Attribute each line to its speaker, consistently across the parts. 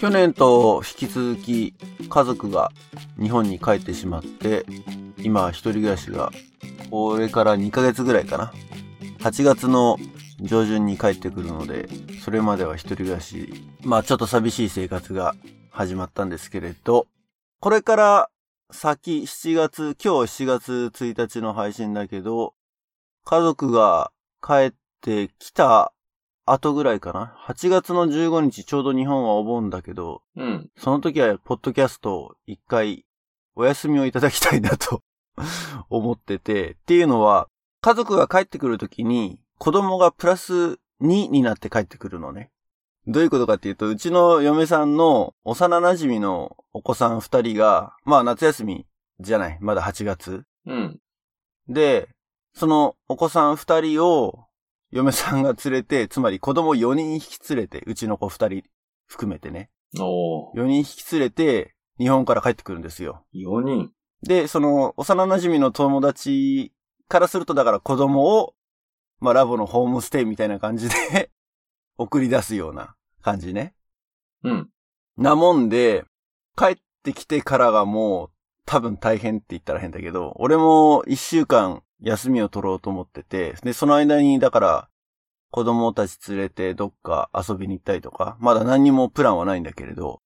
Speaker 1: 去年と引き続き家族が日本に帰ってしまって、今一人暮らしが、これから2ヶ月ぐらいかな。8月の上旬に帰ってくるので、それまでは一人暮らし、まあちょっと寂しい生活が始まったんですけれど、これから先7月、今日7月1日の配信だけど、家族が帰ってきた後ぐらいかな。8月の15日ちょうど日本はお盆だけど、
Speaker 2: うん。
Speaker 1: その時はポッドキャストを一回お休みをいただきたいなと 思ってて、っていうのは家族が帰ってくる時に子供がプラス2になって帰ってくるのね。どういうことかっていうと、うちの嫁さんの幼馴染のお子さん二人が、まあ夏休みじゃない、まだ8月。
Speaker 2: うん。
Speaker 1: で、そのお子さん二人を嫁さんが連れて、つまり子供4人引き連れて、うちの子二人含めてね、
Speaker 2: おー。
Speaker 1: 4人引き連れて日本から帰ってくるんですよ。
Speaker 2: 4人。
Speaker 1: で、その幼馴染の友達からするとだから子供を、まあラボのホームステイみたいな感じで 送り出すような感じね。
Speaker 2: うん。
Speaker 1: なもんで、帰ってきてからがもう多分大変って言ったら変だけど、俺も一週間休みを取ろうと思ってて、で、その間にだから子供たち連れてどっか遊びに行ったりとか、まだ何にもプランはないんだけれど、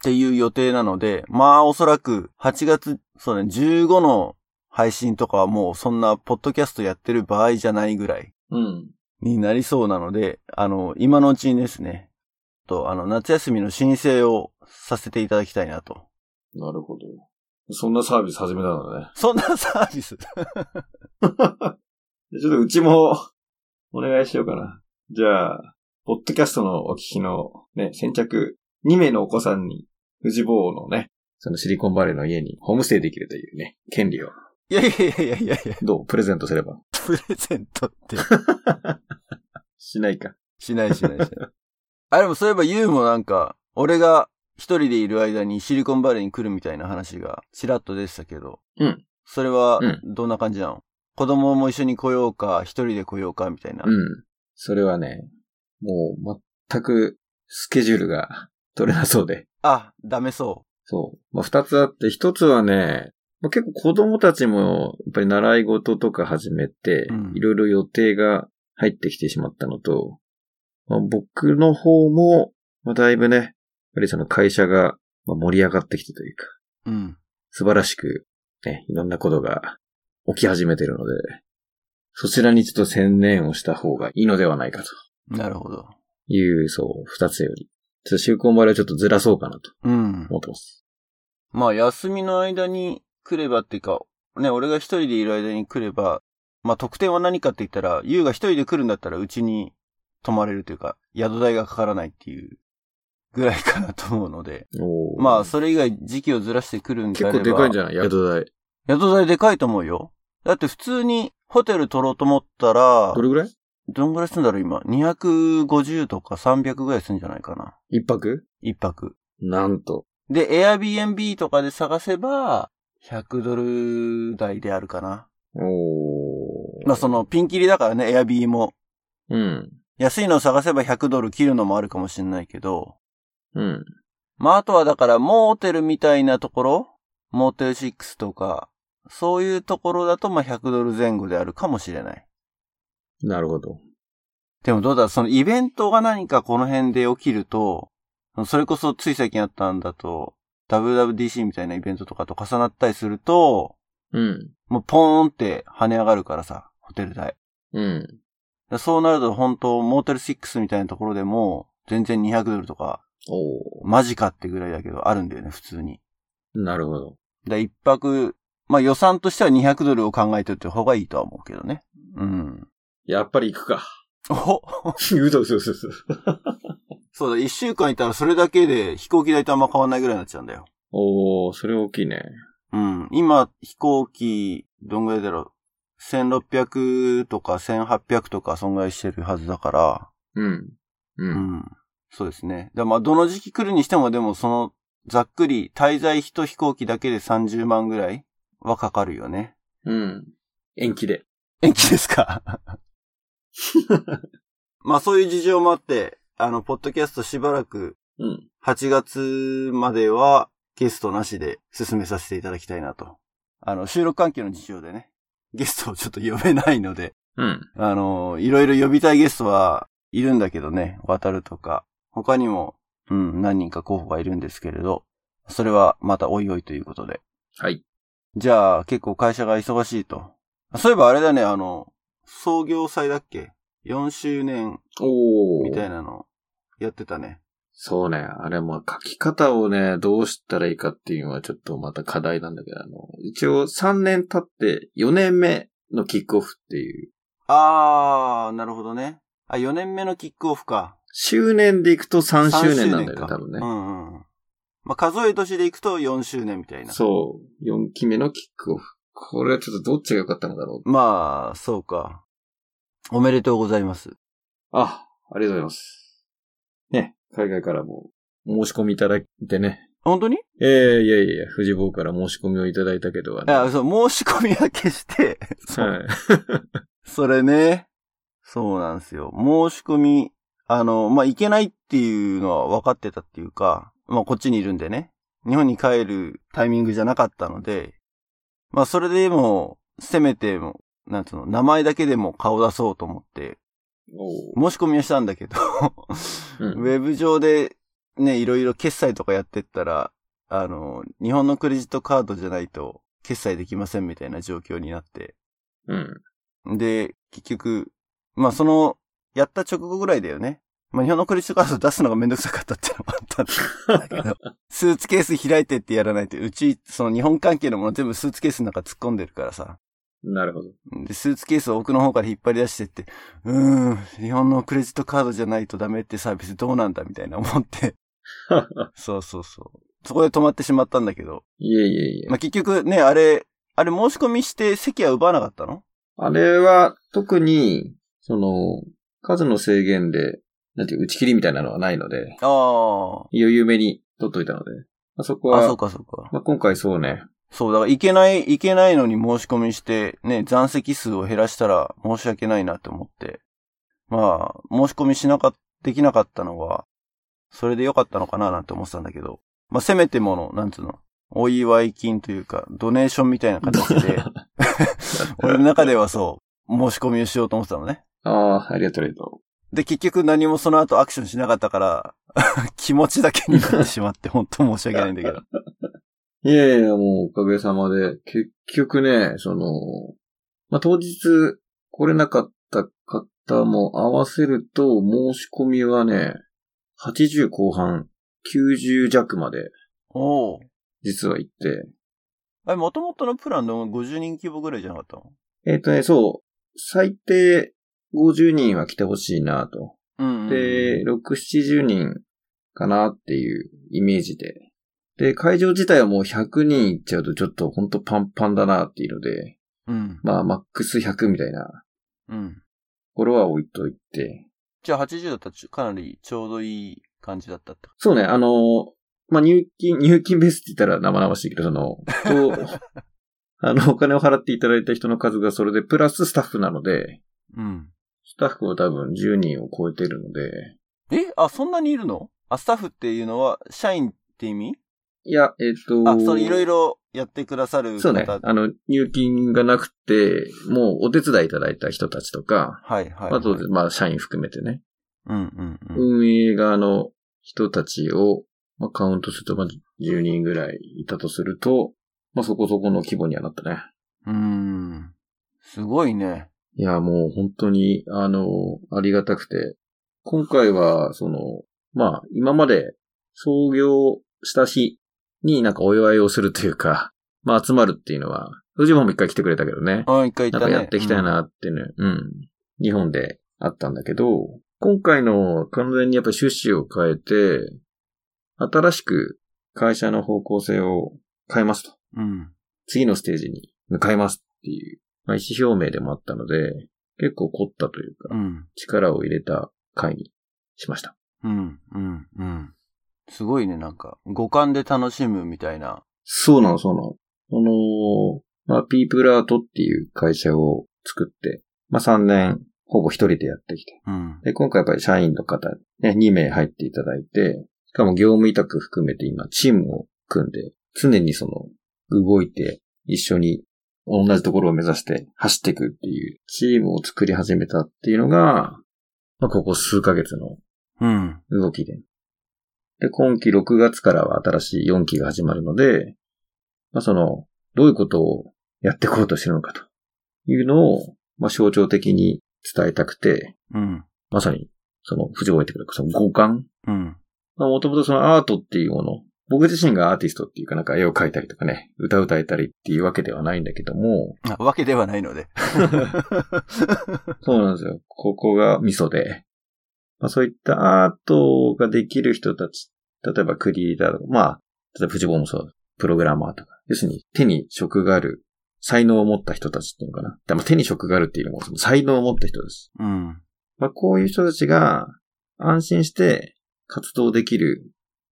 Speaker 1: っていう予定なので、まあおそらく8月、そうね、15の配信とかはもうそんなポッドキャストやってる場合じゃないぐらい
Speaker 2: うん。
Speaker 1: になりそうなので、あの、今のうちにですね、と、あの、夏休みの申請をさせていただきたいなと。
Speaker 2: なるほど。そんなサービス始めたんだね。
Speaker 1: そんなサービス。
Speaker 2: ちょっとうちも、 お願いしようかな。じゃあ、ポッドキャストのお聞きのね、先着2名のお子さんに、富士坊のね、そのシリコンバレーの家にホームステイできるというね、権利を、
Speaker 1: いやいやいやいやいやいや、
Speaker 2: どうプレゼントすれば。
Speaker 1: プレゼントって。
Speaker 2: しないか。
Speaker 1: しないしないしない。あ、でもそういえばユウもなんか、俺が一人でいる間にシリコンバレーに来るみたいな話がちらっとでしたけど。
Speaker 2: うん。
Speaker 1: それは
Speaker 2: うん、
Speaker 1: どんな感じなの、子供も一緒に来ようか、一人で来ようか、みたいな。
Speaker 2: うん。それはね、もう全くスケジュールが取れなそうで。
Speaker 1: あ、ダメそ
Speaker 2: そう。まあ、二つあって、一つはね、まあ、結構子供たちも、やっぱり習い事とか始めて、
Speaker 1: うん
Speaker 2: いろいろ予定が入ってきてしまったのと、まあ、僕の方も、まあ、だいぶね、やっぱりその会社がまあ盛り上がってきてというか、
Speaker 1: う。うん。
Speaker 2: 素晴らしく、ね、いろんなことが起き始めてるので、そちらにちょっと専念をした方がいいのではないかと
Speaker 1: なるほど。
Speaker 2: いう、そう、二つより。ちょっと就婚バレをちょっとずらそうかなと
Speaker 1: うん。
Speaker 2: 思ってます。
Speaker 1: まあ、休みの間に来ればっていうか、ね、俺が一人でいる間に来れば、まあ、特典は何かって言ったら、優が一人で来るんだったら、うちに泊まれるというか、宿代がかからないっていうぐらいかなと思うので、
Speaker 2: おー
Speaker 1: まあ、それ以外時期をずらしてくるんであれば
Speaker 2: 結構でかいんじゃない宿代。
Speaker 1: 宿代でかいと思うよ。だって普通にホテル取ろうと思ったら
Speaker 2: ど、れぐらい
Speaker 1: どんぐらいすんだろう今。250とか300ぐらいすんじゃないかな。
Speaker 2: 一泊
Speaker 1: 一泊。
Speaker 2: なんと。
Speaker 1: で、Airbnb とかで探せば、100ドル台であるかな。
Speaker 2: お
Speaker 1: まあその、ピンキリだからね、Airb も。
Speaker 2: うん。
Speaker 1: 安いのを探せば100ドル切るのもあるかもしれないけど。
Speaker 2: うん。
Speaker 1: まああとはだから、モーテルみたいなところモーテル6とか、そういうところだとまあ100ドル前後であるかもしれない。
Speaker 2: なるほど。
Speaker 1: でもどうだろうそのイベントが何かこの辺で起きると、それこそつい最近あったんだと、WWDC みたいなイベントとかと重なったりすると、
Speaker 2: うん。
Speaker 1: もうポーンって跳ね上がるからさ、ホテル代。
Speaker 2: うん。
Speaker 1: そうなると本当、モーテル6みたいなところでも、全然200ドルとか、
Speaker 2: お
Speaker 1: マジかってぐらいだけど、あるんだよね、普通に。
Speaker 2: ーなるほど。
Speaker 1: だから一泊、まあ予算としては200ドルを考えておいた方がいいとは思うけどね。うん。
Speaker 2: やっぱり行くか。
Speaker 1: お
Speaker 2: うそうそうそう。
Speaker 1: そうだ、一週間いたらそれだけで飛行機代とあんま変わんないぐらいになっちゃうんだよ。
Speaker 2: おー、それ大きいね。
Speaker 1: うん。今、飛行機、どんぐらいだろう。1600とか1800とか、そんぐらいしてるはずだから。
Speaker 2: うん。う。
Speaker 1: うんん。そうですね。だまあ、どの時期来るにしても、でも、その、ざっくり、滞在費と飛行機だけで30万ぐらいはかかるよね。
Speaker 2: うん。延期 で。
Speaker 1: 延期です かまあ、そういう事情もあって、あの、ポッドキャストしばらく
Speaker 2: うん。
Speaker 1: 8月まではゲストなしで進めさせていただきたいなと。あの、収録環境の事情でね、ゲストをちょっと呼べないので、
Speaker 2: うん。
Speaker 1: あの、いろいろ呼びたいゲストはいるんだけどね、渡るとか、他にも、うん、何人か候補がいるんですけれど、それはまたおいおいということで。
Speaker 2: はい。
Speaker 1: じゃあ、結構会社が忙しいと。あそういえばあれだね、あの、創業祭だっけ ?4 周年
Speaker 2: お
Speaker 1: みたい
Speaker 2: な。
Speaker 1: なのやってたね。
Speaker 2: そうね。あれも書き方をね、どうしたらいいかっていうのはちょっとまた課題なんだけど、あの、一応3年経って4年目のキックオフっていう、
Speaker 1: あー、なるほどね。あ、4年目のキックオフか。
Speaker 2: 周年でいくと3周年なんだよ
Speaker 1: 3周
Speaker 2: ね、
Speaker 1: か
Speaker 2: 多分ね
Speaker 1: う。んうん。まあ、数え年でいくと4周年みたいな。
Speaker 2: そう。4期目のキックオフ。これはちょっとどっちが良かったのだろう。
Speaker 1: まあ、そうか。おめでとうございます。
Speaker 2: あ、ありがとうございます。ね、海外からも申し込みいただいてね、
Speaker 1: 本当にい
Speaker 2: ええいやいやいや、藤坊から申し込みをいただいたけどはね。
Speaker 1: や、そう、申し込みだけして、 そう
Speaker 2: はい。
Speaker 1: それね。そうなんですよ。申し込み、あの、まあ、行けないっていうのは分かってたっていうか、まあ、こっちにいるんでね。日本に帰るタイミングじゃなかったので、まあ、それでも、せめても、なんつうの、名前だけでも顔出そうと思って、
Speaker 2: お
Speaker 1: 申し込みをしたんだけど、ウェブ上で、ね、いろいろ決済とかやってったら、あの、日本のクレジットカードじゃないと、決済できませんみたいな状況になって、
Speaker 2: うん。
Speaker 1: で、結局、まあその、やった直後ぐらいだよね。まあ日本のクレジットカード出すのがめんどくさかったっていうのもあったんだけど、スーツケース開いてってやらないと、うち、その日本関係のもの全部スーツケースの中突っ込んでるからさ。
Speaker 2: なるほど。
Speaker 1: で、スーツケースを奥の方から引っ張り出してって、うーん、日本のクレジットカードじゃないとダメってサービスどうなんだみたいな思って、そうそうそう。そこで止まってしまったんだけど、
Speaker 2: いえいえいえ
Speaker 1: ま。あ結局ね、あれ、あれ申し込みして席は奪わなかったの
Speaker 2: あれは、特に、その、数の制限で、なんていう、打ち切りみたいなのはないので、
Speaker 1: あ
Speaker 2: 余裕めに取っといたので、あそこ
Speaker 1: あ。
Speaker 2: は、
Speaker 1: あ、そうかそうか。
Speaker 2: まあ、今回そうね。
Speaker 1: そう、だから行けない、行けないのに申し込みして、ね、残席数を減らしたら申し訳ないなと思って。まあ、申し込みしなかっ、できなかったのは、それで良かったのかななんて思ってたんだけど、まあ、せめてもの、なんつうの、お祝い金というか、ドネーションみたいな形で、俺の中ではそう、申し込みをしようと思ってたのね。
Speaker 2: ああ、ありがとう、ありがと
Speaker 1: で、結局何もその後アクションしなかったから、 気持ちだけになってしまって、本当申し訳ないんだけど。
Speaker 2: う。いやいや、もうおかげさまで、結局ね、その、まあ、当日来れなかった方も合わせると、申し込みはね、80後半、90弱まで、
Speaker 1: おお。
Speaker 2: 実は行って、
Speaker 1: あれ、元々のプランの50人規模ぐらいじゃなかったの
Speaker 2: えっ、とね、そう、最低50人は来てほしいなと。
Speaker 1: うんうん、
Speaker 2: で、6、70人かなっていうイメージで。で、会場自体はもう100人いっちゃうとちょっとほんとパンパンだなっていうので、
Speaker 1: うん。
Speaker 2: まあ、マックス100みたいなと
Speaker 1: うん。
Speaker 2: ころは置いといて。
Speaker 1: じゃあ80だったらちょかなりちょうどいい感じだったってこ
Speaker 2: そうね、あのまあ、入金、入金ベースって言ったら生々しいけど、その、とあの、お金を払っていただいた人の数がそれで、プラススタッフなので、
Speaker 1: と。うん。
Speaker 2: スタッフは多分10人を超えてるので、
Speaker 1: えあ、そんなにいるのあ、スタッフっていうのは社員って意味
Speaker 2: いや、えっ、と、
Speaker 1: あ、それいろいろやってくださる方。
Speaker 2: そうね。あの、入金がなくて、もうお手伝いいただいた人たちとか、
Speaker 1: はいはい。
Speaker 2: あと、まあ、社員含めてね、
Speaker 1: うんうんうん。
Speaker 2: 運営側の人たちを、まあ、カウントすると、まあ、10人ぐらいいたとすると、まあ、そこそこの規模にはなったね。
Speaker 1: うーん。すごいね。
Speaker 2: いや、もう本当に、あの、ありがたくて、今回は、その、まあ、今まで創業した日になんかお祝いをするというか、まあ、集まるっていうのは、藤本も一回来てくれたけどね。
Speaker 1: あ、一回行っ
Speaker 2: なん
Speaker 1: た
Speaker 2: か
Speaker 1: ね。
Speaker 2: やっていきたいなってね、うん、日本であったんだけど、今回の完全にやっぱ趣旨を変えて、新しく会社の方向性を変えますと。
Speaker 1: うん。
Speaker 2: 次のステージに向かいますっていう、まあ、意思表明でもあったので、結構凝ったという
Speaker 1: う
Speaker 2: か、
Speaker 1: ん。
Speaker 2: 力を入れた会にしました。
Speaker 1: うん。うん。うん。すごいね、なんか、五感で楽しむみたいな。
Speaker 2: そうなの、そうなの。この、まあ、ピープルアートっていう会社を作って、まあ、3年、ほぼ一人でやってきて、
Speaker 1: うん。
Speaker 2: で、今回やっぱり社員の方、ね、2名入っていただいて、しかも業務委託含めて今チームを組んで、常にその、動いて、一緒に同じところを目指して走っていくっていうチームを作り始めたっていうのが、まあ、ここ数ヶ月の
Speaker 1: うん。
Speaker 2: 動きで。で、今期6月からは新しい4期が始まるので、まあ、その、どういうことをやっていこうとしてるのかというのを、まあ、象徴的に伝えたくて、
Speaker 1: うん。
Speaker 2: まさに、その、藤尾が言ってくれた、その五感
Speaker 1: うん。
Speaker 2: まあ、もともとそのアートっていうもの、僕自身がアーティストっていうかなんか絵を描いたりとかね、歌歌えたりっていうわけではないんだけども、
Speaker 1: あ わけではないので。
Speaker 2: そうなんですよ。ここがミソで。まあそういったアートができる人たち、例えばクリエイターとか、まあ、例えばフジボンもそうだ、プログラマーとか、要するに手に職がある、才能を持った人たちっていうのかな。でまあ手に職があるっていうのも、その才能を持った人です。
Speaker 1: うん。
Speaker 2: まあ、こういう人たちが安心して活動できる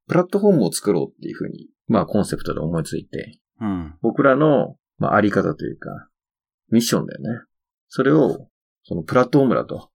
Speaker 2: プラットフォームを作ろうっていうふうに、まあコンセプトで思いついて、
Speaker 1: うん。
Speaker 2: 僕らの、まあ、あり方というか、ミッションだよね。それを、そのプラットフォームだと、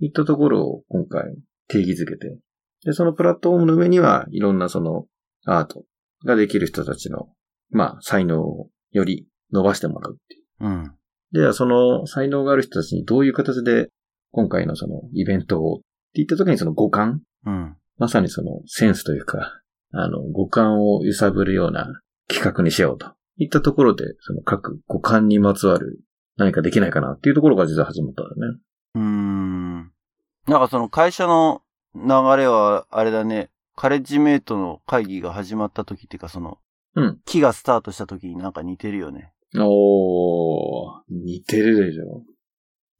Speaker 2: いったところを今回定義づけて、で、そのプラットフォームの上には、いろんなそのアートができる人たちの、まあ、才能をより伸ばしてもらうってい
Speaker 1: う
Speaker 2: う
Speaker 1: ん。
Speaker 2: では、その才能がある人たちにどういう形で、今回のそのイベントを、って言った時にその五感
Speaker 1: うん。
Speaker 2: まさにそのセンスというか、あの、五感を揺さぶるような企画にしようと。いったところで、その各五感にまつわる何かできないかなっていうところが実は始まったんだよね。
Speaker 1: うーん。なんかその会社の流れは、あれだね、カレッジメイトの会議が始まった時っていうか、その、
Speaker 2: うん
Speaker 1: 木がスタートした時になんか似てるよね。
Speaker 2: おー、似てるでしょ。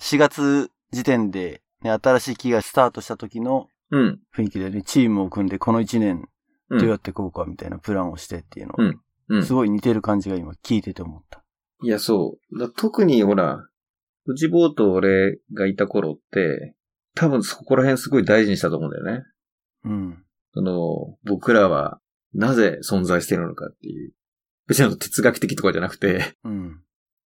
Speaker 1: 4月時点で、ね、新しい木がスタートした時の
Speaker 2: うん。
Speaker 1: 雰囲気だよね。チームを組んで、この1年、
Speaker 2: う
Speaker 1: どうんやってこうかみたいなプランをしてっていうの。
Speaker 2: うん
Speaker 1: すごい似てる感じが今聞いてて思った。
Speaker 2: いや、そう。だ特に、ほら、うちボート俺がいた頃って、多分そこら辺すごい大事にしたと思うんだよね。
Speaker 1: うん。
Speaker 2: その、僕らはなぜ存在しているのかっていう。別にあの哲学的とかじゃなくて、
Speaker 1: うん。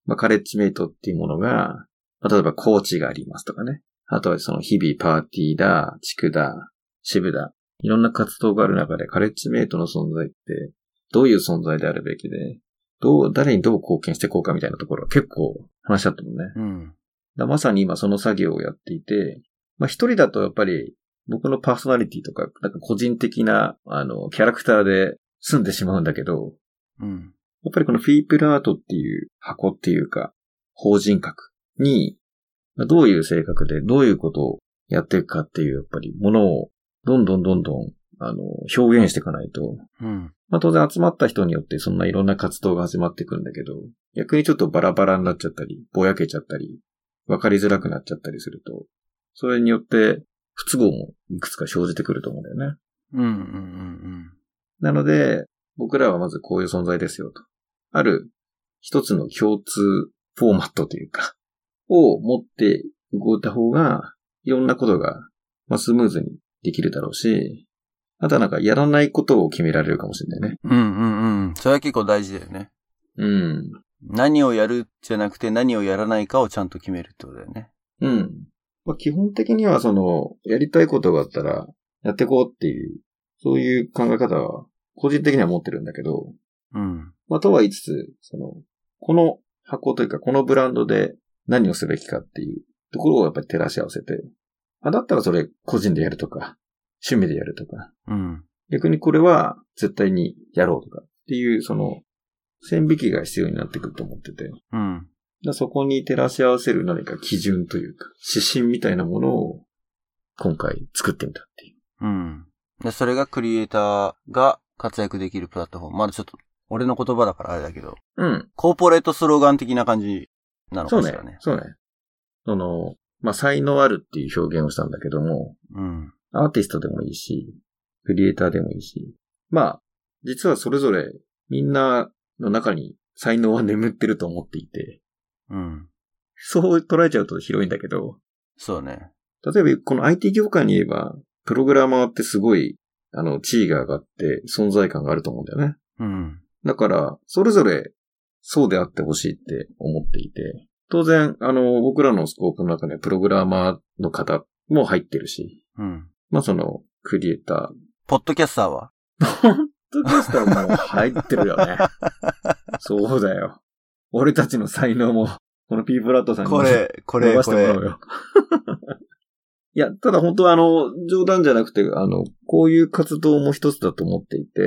Speaker 2: まあ、カレッジメイトっていうものが、まあ、例えばコーチがありますとかね。あとはその日々パーティーだ、地区だ、支部だ。いろんな活動がある中でカレッジメイトの存在って、どういう存在であるべきで、どう、誰にどう貢献していこうかみたいなところは結構話し合ったもんね。
Speaker 1: うん。
Speaker 2: だまさに今その作業をやっていて、まあ一人だとやっぱり僕のパーソナリティとか、なんか個人的な、あの、キャラクターで済んでしまうんだけど、
Speaker 1: うん。
Speaker 2: やっぱりこのフィープルアートっていう箱っていうか、法人格に、まあどういう性格でどういうことをやっていくかっていう、やっぱりものをどんどんどんどん、あの、表現していかないと、
Speaker 1: うん。
Speaker 2: まあ当然集まった人によってそんないろんな活動が始まっていくんだけど、逆にちょっとバラバラになっちゃったり、ぼやけちゃったり、わかりづらくなっちゃったりすると、それによって不都合もいくつか生じてくると思うんだよね。
Speaker 1: うん。うん。うん。
Speaker 2: なので、僕らはまずこういう存在ですよと。ある一つの共通フォーマットというか、を持って動いた方が、いろんなことが、まあ、スムーズにできるだろうし、あとはなんかやらないことを決められるかもしれないね。
Speaker 1: うん。うん。うん。うん。それは結構大事だよね。
Speaker 2: うん。
Speaker 1: 何をやるじゃなくて何をやらないかをちゃんと決めるってことだよね。
Speaker 2: うん。まあ、基本的にはその、やりたいことがあったら、やっていこうっていう、そういう考え方は、個人的には持ってるんだけど、
Speaker 1: うん。
Speaker 2: まあ、とは言いつつ、その、この箱というか、このブランドで何をすべきかっていうところをやっぱり照らし合わせて、あ、だったらそれ個人でやるとか、趣味でやるとか、
Speaker 1: うん。
Speaker 2: 逆にこれは絶対にやろうとかっていう、その、線引きが必要になってくると思ってて。
Speaker 1: うん。
Speaker 2: だそこに照らし合わせる何か基準というか、指針みたいなものを今回作ってみたっていう。
Speaker 1: うん。で、それがクリエイターが活躍できるプラットフォーム。まだちょっと、俺の言葉だからあれだけど、
Speaker 2: うん。
Speaker 1: コーポレートスローガン的な感じなの
Speaker 2: そ
Speaker 1: か
Speaker 2: う
Speaker 1: し
Speaker 2: ね
Speaker 1: らね。。
Speaker 2: そうね。その、まあ、才能あるっていう表現をしたんだけども、
Speaker 1: うん。
Speaker 2: アーティストでもいいし、クリエイターでもいいし、まあ、実はそれぞれみんなの中に才能は眠ってると思っていて、
Speaker 1: うん。
Speaker 2: そう捉えちゃうと広いんだけど、
Speaker 1: そうね。
Speaker 2: 例えばこの IT 業界に言えば、プログラマーってすごい、あの、地位が上がって存在感があると思うんだよね。
Speaker 1: うん。
Speaker 2: だから、それぞれそうであってほしいって思っていて、当然、あの、僕らのスコープの中にはプログラマーの方も入ってるし、
Speaker 1: うん。
Speaker 2: まあその、クリエイター、
Speaker 1: ポッドキャスターは
Speaker 2: ポッドキャスターもう入ってるよね。 そうだよ。俺たちの才能も、この P プラットさんに
Speaker 1: これ、こ
Speaker 2: 伸
Speaker 1: れ、
Speaker 2: ばし
Speaker 1: こ
Speaker 2: てもら
Speaker 1: れ
Speaker 2: おう。よ。いや、ただ本当はあの、冗談じゃなくて、あの、こういう活動も一つだと思っていて、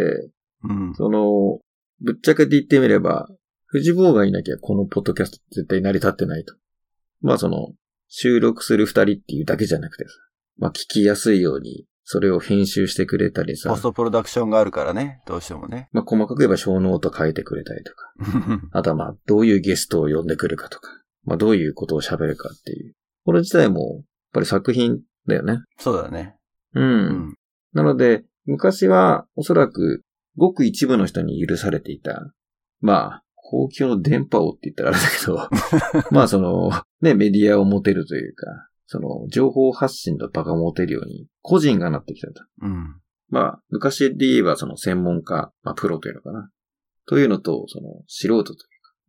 Speaker 1: うん。
Speaker 2: その、ぶっちゃけて言ってみれば、藤坊がいなきゃこのポッドキャスト絶対成り立ってないと。まあその、収録する二人っていうだけじゃなくてさ、まあ聞きやすいように、それを編集してくれたりさ
Speaker 1: ポス、トプロダクションがあるからね、どうしてもね。
Speaker 2: まあ細かく言えば小ノート書いてくれたりとか、あとはまあ、どういうゲストを呼んでくるかとか、まあ、どういうことを喋るかっていう。これ自体も、やっぱり作品だよね。
Speaker 1: そうだね。
Speaker 2: う。
Speaker 1: うんん。
Speaker 2: なので、昔は、おそらく、ごく一部の人に許されていた、まあ、公共の電波をって言ったらあれだけど、まあその、ね、メディアを持てるというか、その、情報発信の場が持てるように、個人がなってきたと。
Speaker 1: うん。
Speaker 2: まあ、昔で言えばその専門家、まあ、プロというのかな。というのと、その素人というか、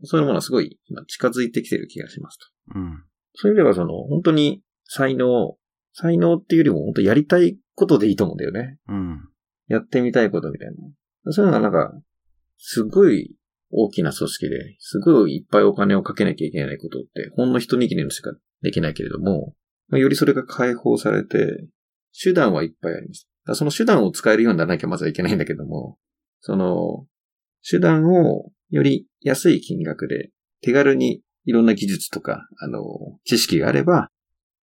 Speaker 2: そういうものはすごい今近づいてきてる気がします
Speaker 1: う
Speaker 2: と。
Speaker 1: ん。
Speaker 2: そういう意味ではその、本当に才能、才能っていうよりも本当やりたいことでいいと思うんだよね。
Speaker 1: うん。
Speaker 2: やってみたいことみたいな。そういうのがなんか、すごい大きな組織で、すごいいっぱいお金をかけなきゃいけないことって、ほんの一握りのしかできないけれども、まあ、よりそれが解放されて、手段はいっぱいあります。だからその手段を使えるようにならなきゃまずはいけないんだけども、その、手段をより安い金額で、手軽にいろんな技術とか、あの、知識があれば、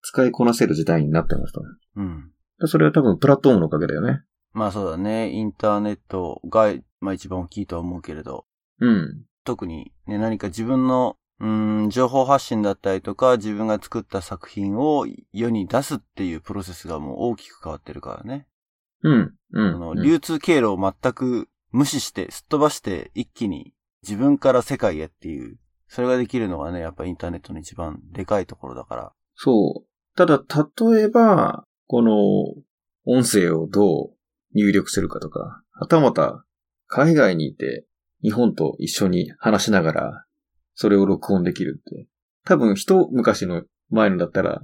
Speaker 2: 使いこなせる時代になってますと。だか
Speaker 1: うん。
Speaker 2: らそれは多分プラットフォームのおかげだよね。
Speaker 1: まあそうだね。インターネットが、まあ一番大きいとは思うけれど、
Speaker 2: うん。
Speaker 1: 特にね、何か自分の、うーん、情報発信だったりとか、自分が作った作品を世に出すっていうプロセスがもう大きく変わってるからね。
Speaker 2: うん。う
Speaker 1: あの
Speaker 2: ん。
Speaker 1: 流通経路を全く無視して、すっ飛ばして、一気に自分から世界へっていう、それができるのがね、やっぱインターネットの一番でかいところだから。
Speaker 2: そう。ただ、例えば、この、音声をどう入力するかとか、はたまた、海外にいて、日本と一緒に話しながら、それを録音できるって。多分、一昔の前のだったら、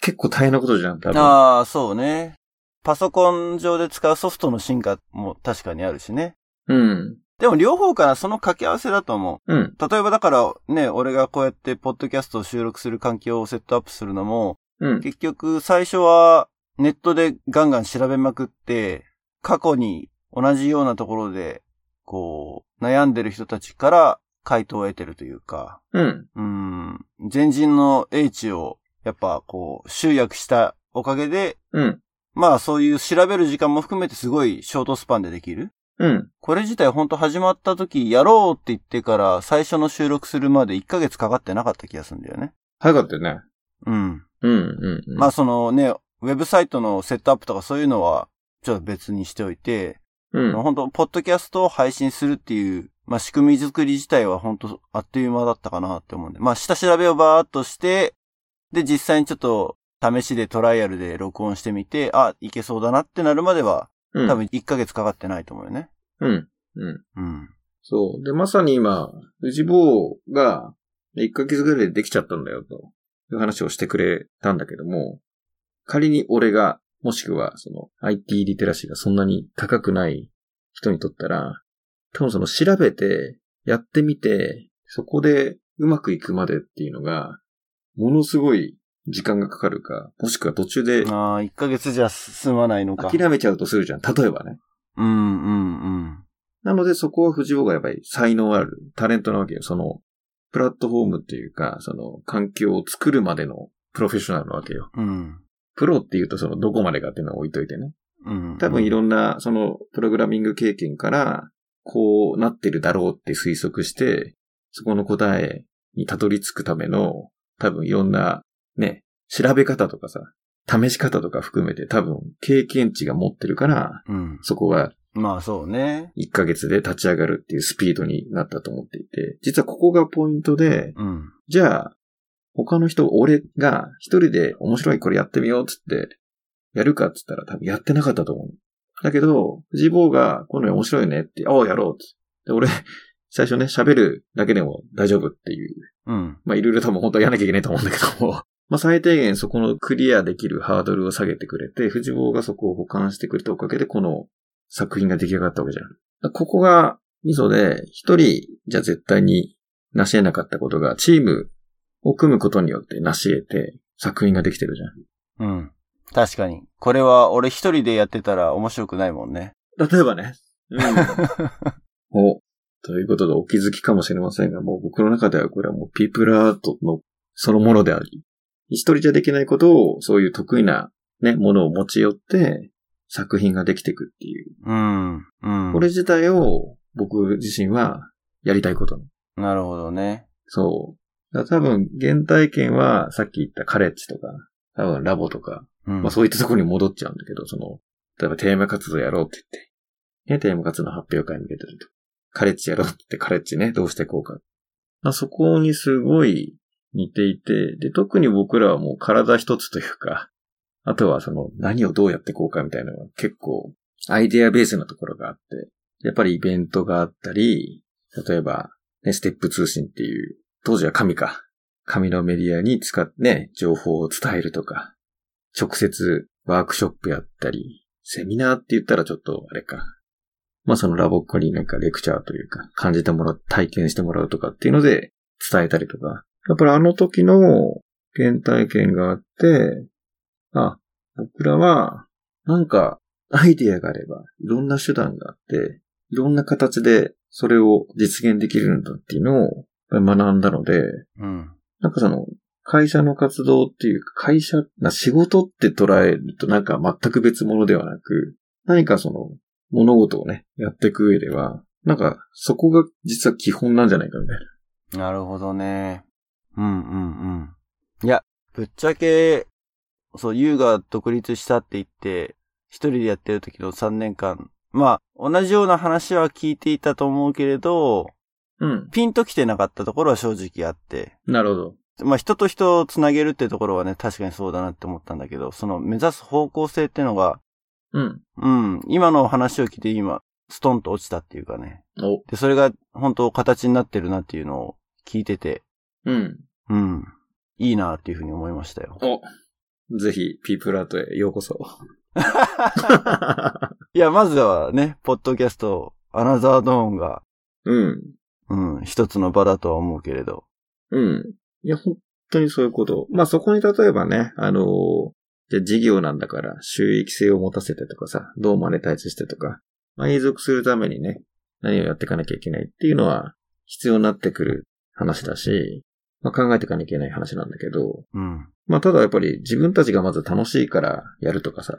Speaker 2: 結構大変なことじゃん、多分。
Speaker 1: ああ、そうね。パソコン上で使うソフトの進化も確かにあるしね。
Speaker 2: うん。
Speaker 1: でも両方からその掛け合わせだと思う。
Speaker 2: うん。
Speaker 1: 例えばだからね、俺がこうやってポッドキャストを収録する環境をセットアップするのも、
Speaker 2: うん。
Speaker 1: 結局最初はネットでガンガン調べまくって、過去に同じようなところで、こう、悩んでる人たちから回答を得てるというか、
Speaker 2: うん。
Speaker 1: うん、前人の英知をやっぱこう集約したおかげで、
Speaker 2: うん。
Speaker 1: まあそういう調べる時間も含めてすごいショートスパンでできる
Speaker 2: うん。
Speaker 1: これ自体ほんと始まった時、やろうって言ってから最初の収録するまで1ヶ月かかってなかった気がするんだよね。
Speaker 2: 早かったよね。
Speaker 1: うん。
Speaker 2: うん。うん。うん
Speaker 1: まあ、そのね、ウェブサイトのセットアップとかそういうのはちょっと別にしておいて、
Speaker 2: うん。
Speaker 1: 本当ポッドキャストを配信するっていう、まあ仕組み作り自体は本当あっという間だったかなって思うんで、まあ下調べをバーっとして、で実際にちょっと試しでトライアルで録音してみて、あ、いけそうだなってなるまでは
Speaker 2: うん。
Speaker 1: 多分1ヶ月かかってないと思うよね。
Speaker 2: うん。うん。
Speaker 1: うん。
Speaker 2: そう。で、まさに今、藤坊が1ヶ月ぐらいでできちゃったんだよ、という話をしてくれたんだけども、仮に俺が、もしくは、その、IT リテラシーがそんなに高くない人にとったら、多分その調べて、やってみて、そこでうまくいくまでっていうのが、ものすごい時間がかかるか、もしくは途中で
Speaker 1: ああ、1ヶ月じゃ進まないのか。
Speaker 2: 諦めちゃうとするじゃん。例えばね。
Speaker 1: うんうんうん。
Speaker 2: なのでそこは藤尾がやっぱり才能あるタレントなわけよ。その、プラットフォームっていうか、その環境を作るまでのプロフェッショナルなわけよ。
Speaker 1: うん。
Speaker 2: プロっていうとそのどこまでかっていうのは置いといてね。
Speaker 1: うん。
Speaker 2: 多分いろんなそのプログラミング経験からこうなってるだろうって推測して、そこの答えにたどり着くための多分いろんなね、調べ方とかさ、試し方とか含めて多分経験値が持ってるから、
Speaker 1: うん。
Speaker 2: そこが
Speaker 1: まあそうね。
Speaker 2: 1ヶ月で立ち上がるっていうスピードになったと思っていて、実はここがポイントで、
Speaker 1: うん。
Speaker 2: じゃあ、他の人、俺が一人で面白いこれやってみようっつって、やるかっつったら多分やってなかったと思う。だけど、藤坊が、この面白いねって、ああ、やろうっつって。で、俺、最初ね、喋るだけでも大丈夫っていう
Speaker 1: うん。
Speaker 2: まあ、いろいろ多分本当はやらなきゃいけないと思うんだけども。まあ、最低限そこのクリアできるハードルを下げてくれて、藤棒がそこを補完してくれたおかげで、この作品が出来上がったわけじゃん。だからここがミソで、一人じゃ絶対に成し得なかったことが、チームを組むことによって成し得て作品ができてるじゃん。
Speaker 1: うん。確かに。これは俺一人でやってたら面白くないもんね。
Speaker 2: 例えばね。うん。お、ということでお気づきかもしれませんが、もう僕の中ではこれはもうピープルアートのそのものであり、一人じゃできないことを、そういう得意なね、ものを持ち寄って、作品ができていくっていう。
Speaker 1: うん。うん。
Speaker 2: これ自体を僕自身はやりたいことなの。
Speaker 1: なるほどね。
Speaker 2: そう。だから多分、原体験はさっき言ったカレッジとか、多分ラボとか、
Speaker 1: うん。
Speaker 2: まあそういったところに戻っちゃうんだけど、その、例えばテーマ活動やろうって言って、ね、テーマ活動の発表会に出てると。カレッジやろうって言って、カレッジね、どうしていこうか。まあそこにすごい似ていて、で、特に僕らはもう体一つというか、あとはその何をどうやっていこうかみたいなのが結構アイデアベースなところがあって、やっぱりイベントがあったり、例えば、ね、ステップ通信っていう、当時は紙か。紙のメディアに使ってね、情報を伝えるとか、直接ワークショップやったり、セミナーって言ったらちょっとあれか。まあそのラボっ子になんかレクチャーというか、感じてもらう、体験してもらうとかっていうので伝えたりとか。やっぱりあの時の原体験があって、あ、僕らはなんかアイディアがあれば、いろんな手段があって、いろんな形でそれを実現できるんだっていうのをやっぱり学んだので、
Speaker 1: うん。
Speaker 2: なんかその、会社の活動っていうか、会社、な仕事って捉えるとなんか全く別物ではなく、何かその、物事をね、やっていく上では、なんか、そこが実は基本なんじゃないかみたいな。
Speaker 1: なるほどね。うんうんうん。いや、ぶっちゃけ、そう、ユウが独立したって言って、一人でやってる時の3年間、まあ、同じような話は聞いていたと思うけれど、
Speaker 2: うん。
Speaker 1: ピンときてなかったところは正直あって、
Speaker 2: なるほど。
Speaker 1: まあ人と人をつなげるってところはね、確かにそうだなって思ったんだけど、その目指す方向性ってのが、
Speaker 2: うん。
Speaker 1: うん、今の話を聞いて今、ストンと落ちたっていうかね。
Speaker 2: お。
Speaker 1: で、それが本当形になってるなっていうのを聞いてて、
Speaker 2: うん。
Speaker 1: うん、いいなっていうふうに思いましたよ。
Speaker 2: お。ぜひ、ピープルアートへようこ そ。
Speaker 1: いや、まずはね、ポッドキャスト、アナザードーンが、
Speaker 2: うん。
Speaker 1: うん、一つの場だとは思うけれど。
Speaker 2: うん。いや、本当にそういうこと。まあ、そこに例えばね、あのーじゃあ事業なんだから収益性を持たせてとかさ、どうマネタイズしてとか、まあ、永続するためにね、何をやっていかなきゃいけないっていうのは必要になってくる話だし、まあ、考えていかなきゃいけない話なんだけど、
Speaker 1: うん、
Speaker 2: まあ、ただやっぱり自分たちがまず楽しいからやるとかさ、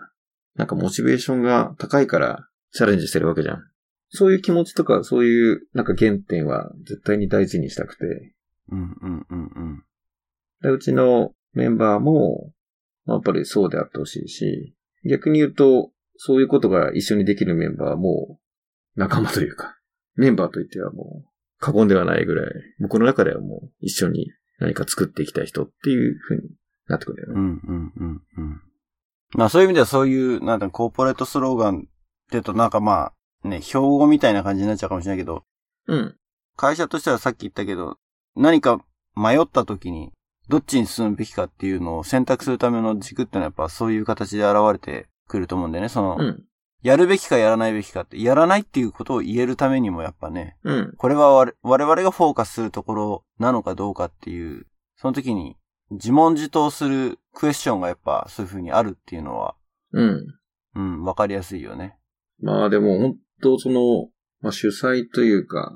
Speaker 2: なんかモチベーションが高いからチャレンジしてるわけじゃん。そういう気持ちとか、そういうなんか原点は絶対に大事にしたくて、
Speaker 1: うん、うん、うん、うん。
Speaker 2: で、うちのメンバーも、まあやっぱりそうであってほしいし、逆に言うと、そういうことが一緒にできるメンバーはもう、仲間というか、メンバーといってはもう、過言ではないぐらい、僕の中ではもう、一緒に何か作っていきたい人っていう風になってくるよ
Speaker 1: う
Speaker 2: ね。
Speaker 1: ん、うん、うん、うん。まあそういう意味ではそういう、なんだ、コーポレートスローガンって言うとなんかまあ、ね、標語みたいな感じになっちゃうかもしれないけど、
Speaker 2: うん。
Speaker 1: 会社としてはさっき言ったけど、何か迷った時に、どっちに進むべきかっていうのを選択するための軸ってのはやっぱそういう形で現れてくると思うんだよね。その、
Speaker 2: うん。
Speaker 1: やるべきかやらないべきかって、やらないっていうことを言えるためにもやっぱね、
Speaker 2: うん。
Speaker 1: これは我我々がフォーカスするところなのかどうかっていう、その時に自問自答するクエスチョンがやっぱそういう風にあるっていうのは、
Speaker 2: うん。
Speaker 1: うん、わかりやすいよね。
Speaker 2: まあでも本当その、まあ主催というか、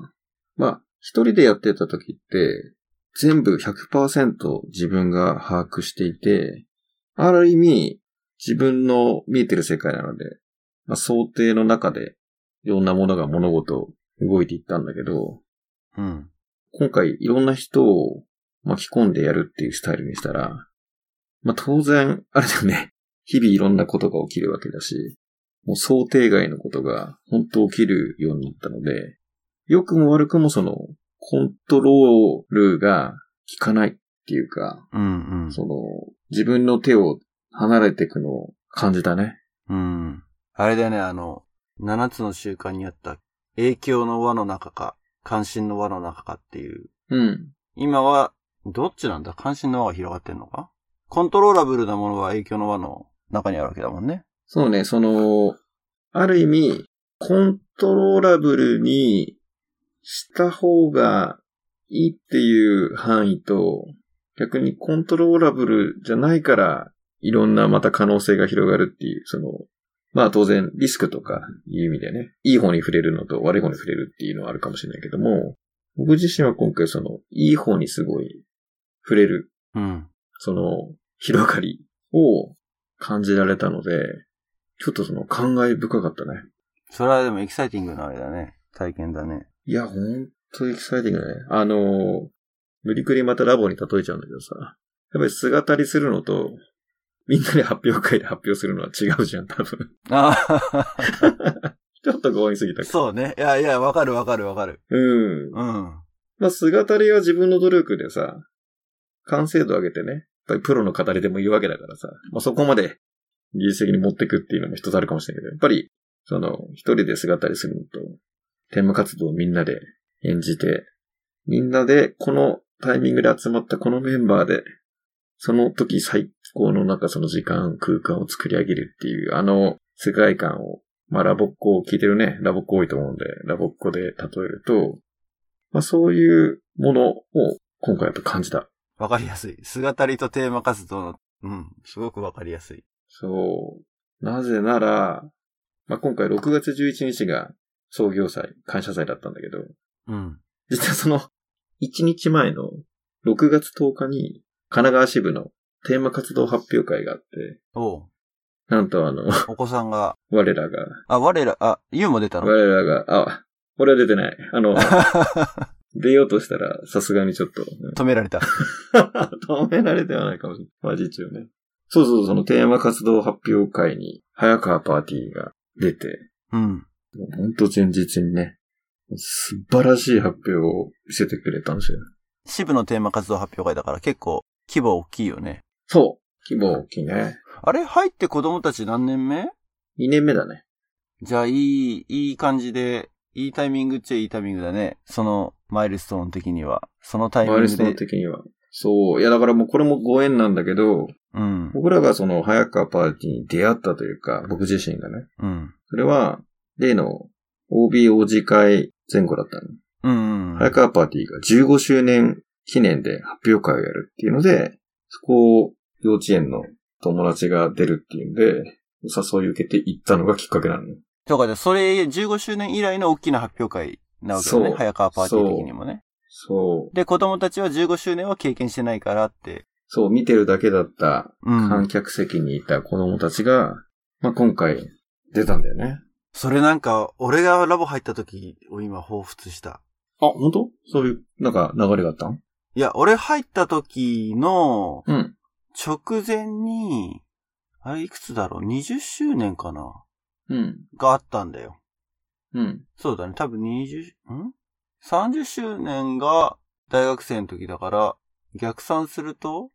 Speaker 2: まあ一人でやってた時って、全部100%自分が把握していて、ある意味自分の見えてる世界なので、まあ想定の中でいろんなものが物事動いていったんだけど、
Speaker 1: うん。
Speaker 2: 今回いろんな人を巻き込んでやるっていうスタイルにしたら、まあ当然、あれだよね、日々いろんなことが起きるわけだし、もう想定外のことが本当起きるようになったので、良くも悪くもその、コントロールが効かないっていうか、
Speaker 1: うん、うん。
Speaker 2: その、自分の手を離れていくのを感じたね。
Speaker 1: うん。あれだよね、あの、7つの習慣にあった、影響の輪の中か、関心の輪の中かっていう。
Speaker 2: うん。
Speaker 1: 今は、どっちなんだ関心の輪が広がってんのかコントローラブルなものは影響の輪の中にあるわけだもんね。
Speaker 2: そうね、その、ある意味、コントローラブルにした方がいいっていう範囲と、逆にコントローラブルじゃないから、いろんなまた可能性が広がるっていう、その、まあ当然リスクとかいう意味でね、いい方に触れるのと悪い方に触れるっていうのはあるかもしれないけども、僕自身は今回その、いい方にすごい触れる
Speaker 1: うん。
Speaker 2: その、広がりを感じられたので、ちょっとその、感慨深かったね。
Speaker 1: それはでもエキサイティングなあれだね。体験だね。
Speaker 2: いや、ほんとエキサイティングだね。あの、無理くりまたラボに例えちゃうんだけどさ、やっぱり姿りするのと、みんなで発表会で発表するのは違うじゃん、多分。
Speaker 1: ああ、
Speaker 2: ちょっと強引すぎたか。
Speaker 1: そうね。いやいや、わかるわかるわかる。
Speaker 2: うん。
Speaker 1: うん。
Speaker 2: まあ、姿りは自分の努力でさ、完成度上げてね、やっぱりプロの語りでもいいわけだからさ、まあ、そこまで技術的に持ってくっていうのも一つあるかもしれないけど、やっぱり、その、一人で姿りするのと、テーマ活動をみんなで演じて、みんなでこのタイミングで集まったこのメンバーで、その時最高のなんかその時間、空間を作り上げるっていう、あの世界観を、まあラボっ子を聞いてるね、ラボっ子多いと思うんで、ラボっ子で例えると、まあそういうものを今回やっぱ感じた。
Speaker 1: わかりやすい。姿りとテーマ活動の、うん、すごくわかりやすい。
Speaker 2: そう。なぜなら、まあ今回6月11日が創業祭、感謝祭だったんだけど、
Speaker 1: うん。
Speaker 2: 実はその、1日前の6月10日に、神奈川支部のテーマ活動発表会があって、
Speaker 1: おう
Speaker 2: なんとあの、
Speaker 1: お子さんが、
Speaker 2: 我らが、
Speaker 1: あ、我ら、あ、ユウも出たの
Speaker 2: 我らが、あ、俺は出てない。あの、出ようとしたら、さすがにちょっと、うん
Speaker 1: 止められた。
Speaker 2: 止められてはないかもしれない。まあ実中ね。そうそう、そのテーマ活動発表会に、早川パーティーが出て、
Speaker 1: うん。
Speaker 2: もうほんと前日にね、素晴らしい発表を見せてくれたんですよ。
Speaker 1: 支部のテーマ活動発表会だから結構規模大きいよね。
Speaker 2: そう。規模大きいね。
Speaker 1: あれ入って子供たち何年目
Speaker 2: 2年目だね。
Speaker 1: じゃあいい、いい感じで、いいタイミングっちゃいいタイミングだね。そのマイルストーン的には。そのタイミ
Speaker 2: マイ
Speaker 1: ン
Speaker 2: ルス
Speaker 1: グ
Speaker 2: トーン
Speaker 1: で。
Speaker 2: 的には。そう。いや、だからもうこれもご縁なんだけど、
Speaker 1: うん。
Speaker 2: 僕らがその早川パーティーに出会ったというか、僕自身がね。
Speaker 1: うん。
Speaker 2: それは、例の OBOG 会前後だったの。
Speaker 1: うん。
Speaker 2: 早川パーティーが15周年記念で発表会をやるっていうので、そこを幼稚園の友達が出るっていうんで、誘い受けて行ったのがきっかけなのよ。
Speaker 1: とかで、それ15周年以来の大きな発表会なわけだね
Speaker 2: そ。う
Speaker 1: 早川パーティー的にもね。
Speaker 2: そう。
Speaker 1: で、子供たちは15周年は経験してないからって。
Speaker 2: そう、見てるだけだった
Speaker 1: うん。
Speaker 2: 観客席にいた子供たちが、まあ、今回出たんだよね。
Speaker 1: それなんか、俺がラボ入った時を今彷彿した。
Speaker 2: あ、本当？そういう、なんか流れがあったん
Speaker 1: いや、俺入った時の
Speaker 2: うん。
Speaker 1: 直前に、あれいくつだろう ?20 周年かな
Speaker 2: うん。
Speaker 1: があったんだよ。
Speaker 2: うん。
Speaker 1: そうだね。多分20、ん ?30 周年が大学生の時だから、逆算すると、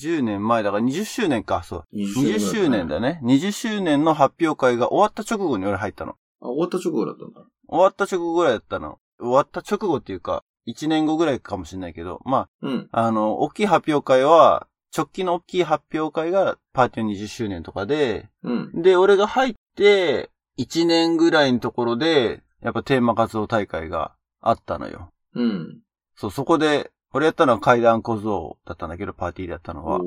Speaker 1: 10年前だから20周年か、そう。20周年だね。
Speaker 2: ね。
Speaker 1: 20周年の発表会が終わった直後に俺入ったの。
Speaker 2: あ、終わった直後だったんだ。
Speaker 1: 終わった直後ぐらいだったの。終わった直後っていうか、1年後ぐらいかもしれないけど、ま
Speaker 2: うん。
Speaker 1: あ、あの、大きい発表会は、直近の大きい発表会がパーティー20周年とかで、
Speaker 2: うん。
Speaker 1: で、俺が入って、1年ぐらいのところで、やっぱテーマ活動大会があったのよ。
Speaker 2: うん。
Speaker 1: そう、そこで、俺やったのは階段小僧だったんだけど、パーティーだったの
Speaker 2: お
Speaker 1: は
Speaker 2: ー。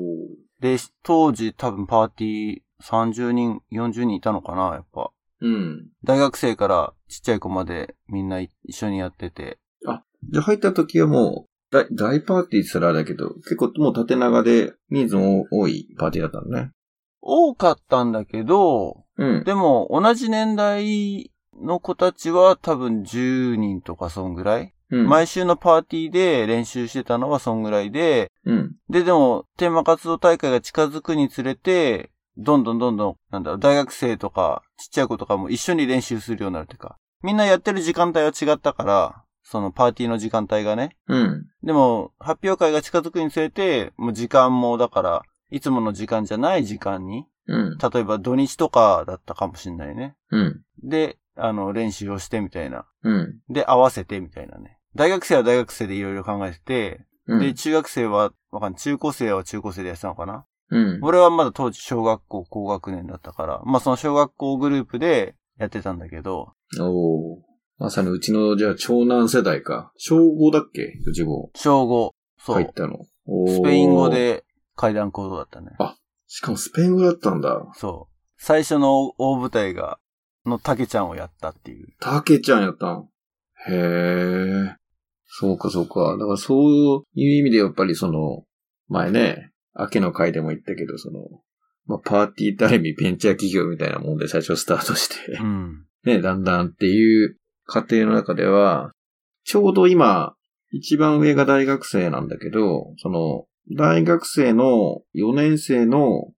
Speaker 1: で、当時多分パーティー30人、40人いたのかな、やっぱ。
Speaker 2: うん。
Speaker 1: 大学生からちっちゃい子までみんな一緒にやってて。
Speaker 2: じゃあ入った時はもう、大、大パーティーすらあれだけど、結構もう縦長で人数も多いパーティーだったのね。
Speaker 1: 多かったんだけど、
Speaker 2: うん。
Speaker 1: でも同じ年代の子たちは多分10人とかそんぐらい。
Speaker 2: うん、
Speaker 1: 毎週のパーティーで練習してたのはそんぐらいで、
Speaker 2: うん。
Speaker 1: で、でも、テーマ活動大会が近づくにつれて、どんどんどんどん、なんだろう、大学生とか、ちっちゃい子とかも一緒に練習するようになるっていうか、みんなやってる時間帯は違ったから、そのパーティーの時間帯がね。
Speaker 2: うん。
Speaker 1: でも、発表会が近づくにつれて、もう時間も、だから、いつもの時間じゃない時間に、
Speaker 2: うん。
Speaker 1: 例えば土日とかだったかもしんないね。
Speaker 2: うん。
Speaker 1: で、あの、練習をしてみたいな。
Speaker 2: うん。
Speaker 1: で、合わせてみたいなね。大学生は大学生でいろいろ考えてて、
Speaker 2: うん。
Speaker 1: で、中学生は、わかんない。中高生は中高生でやってたのかな
Speaker 2: うん。
Speaker 1: 俺はまだ当時小学校高学年だったから、まあその小学校グループでやってたんだけど、
Speaker 2: おお。まさにうちの、じゃあ、長男世代か。小5だっけうちも。
Speaker 1: 小5、そ
Speaker 2: 入
Speaker 1: う
Speaker 2: っ、たの。おー
Speaker 1: スペイン語。で階段行動だったね。
Speaker 2: しかもスペイン語だったんだ。
Speaker 1: そう。最初の大舞台が、のたけちゃんをやったっていう。
Speaker 2: たけちゃんやったん。へえ。そうか、そうか。だから、そういう意味で、やっぱりその、前ね、秋の回でも言ったけど、その、まあ、パーティータイム、ベンチャー企業みたいなもんで最初スタートして、
Speaker 1: うん。
Speaker 2: ね、だんだんっていう過程の中では、ちょうど今、一番上が大学生なんだけど、その、大学生の4年生の、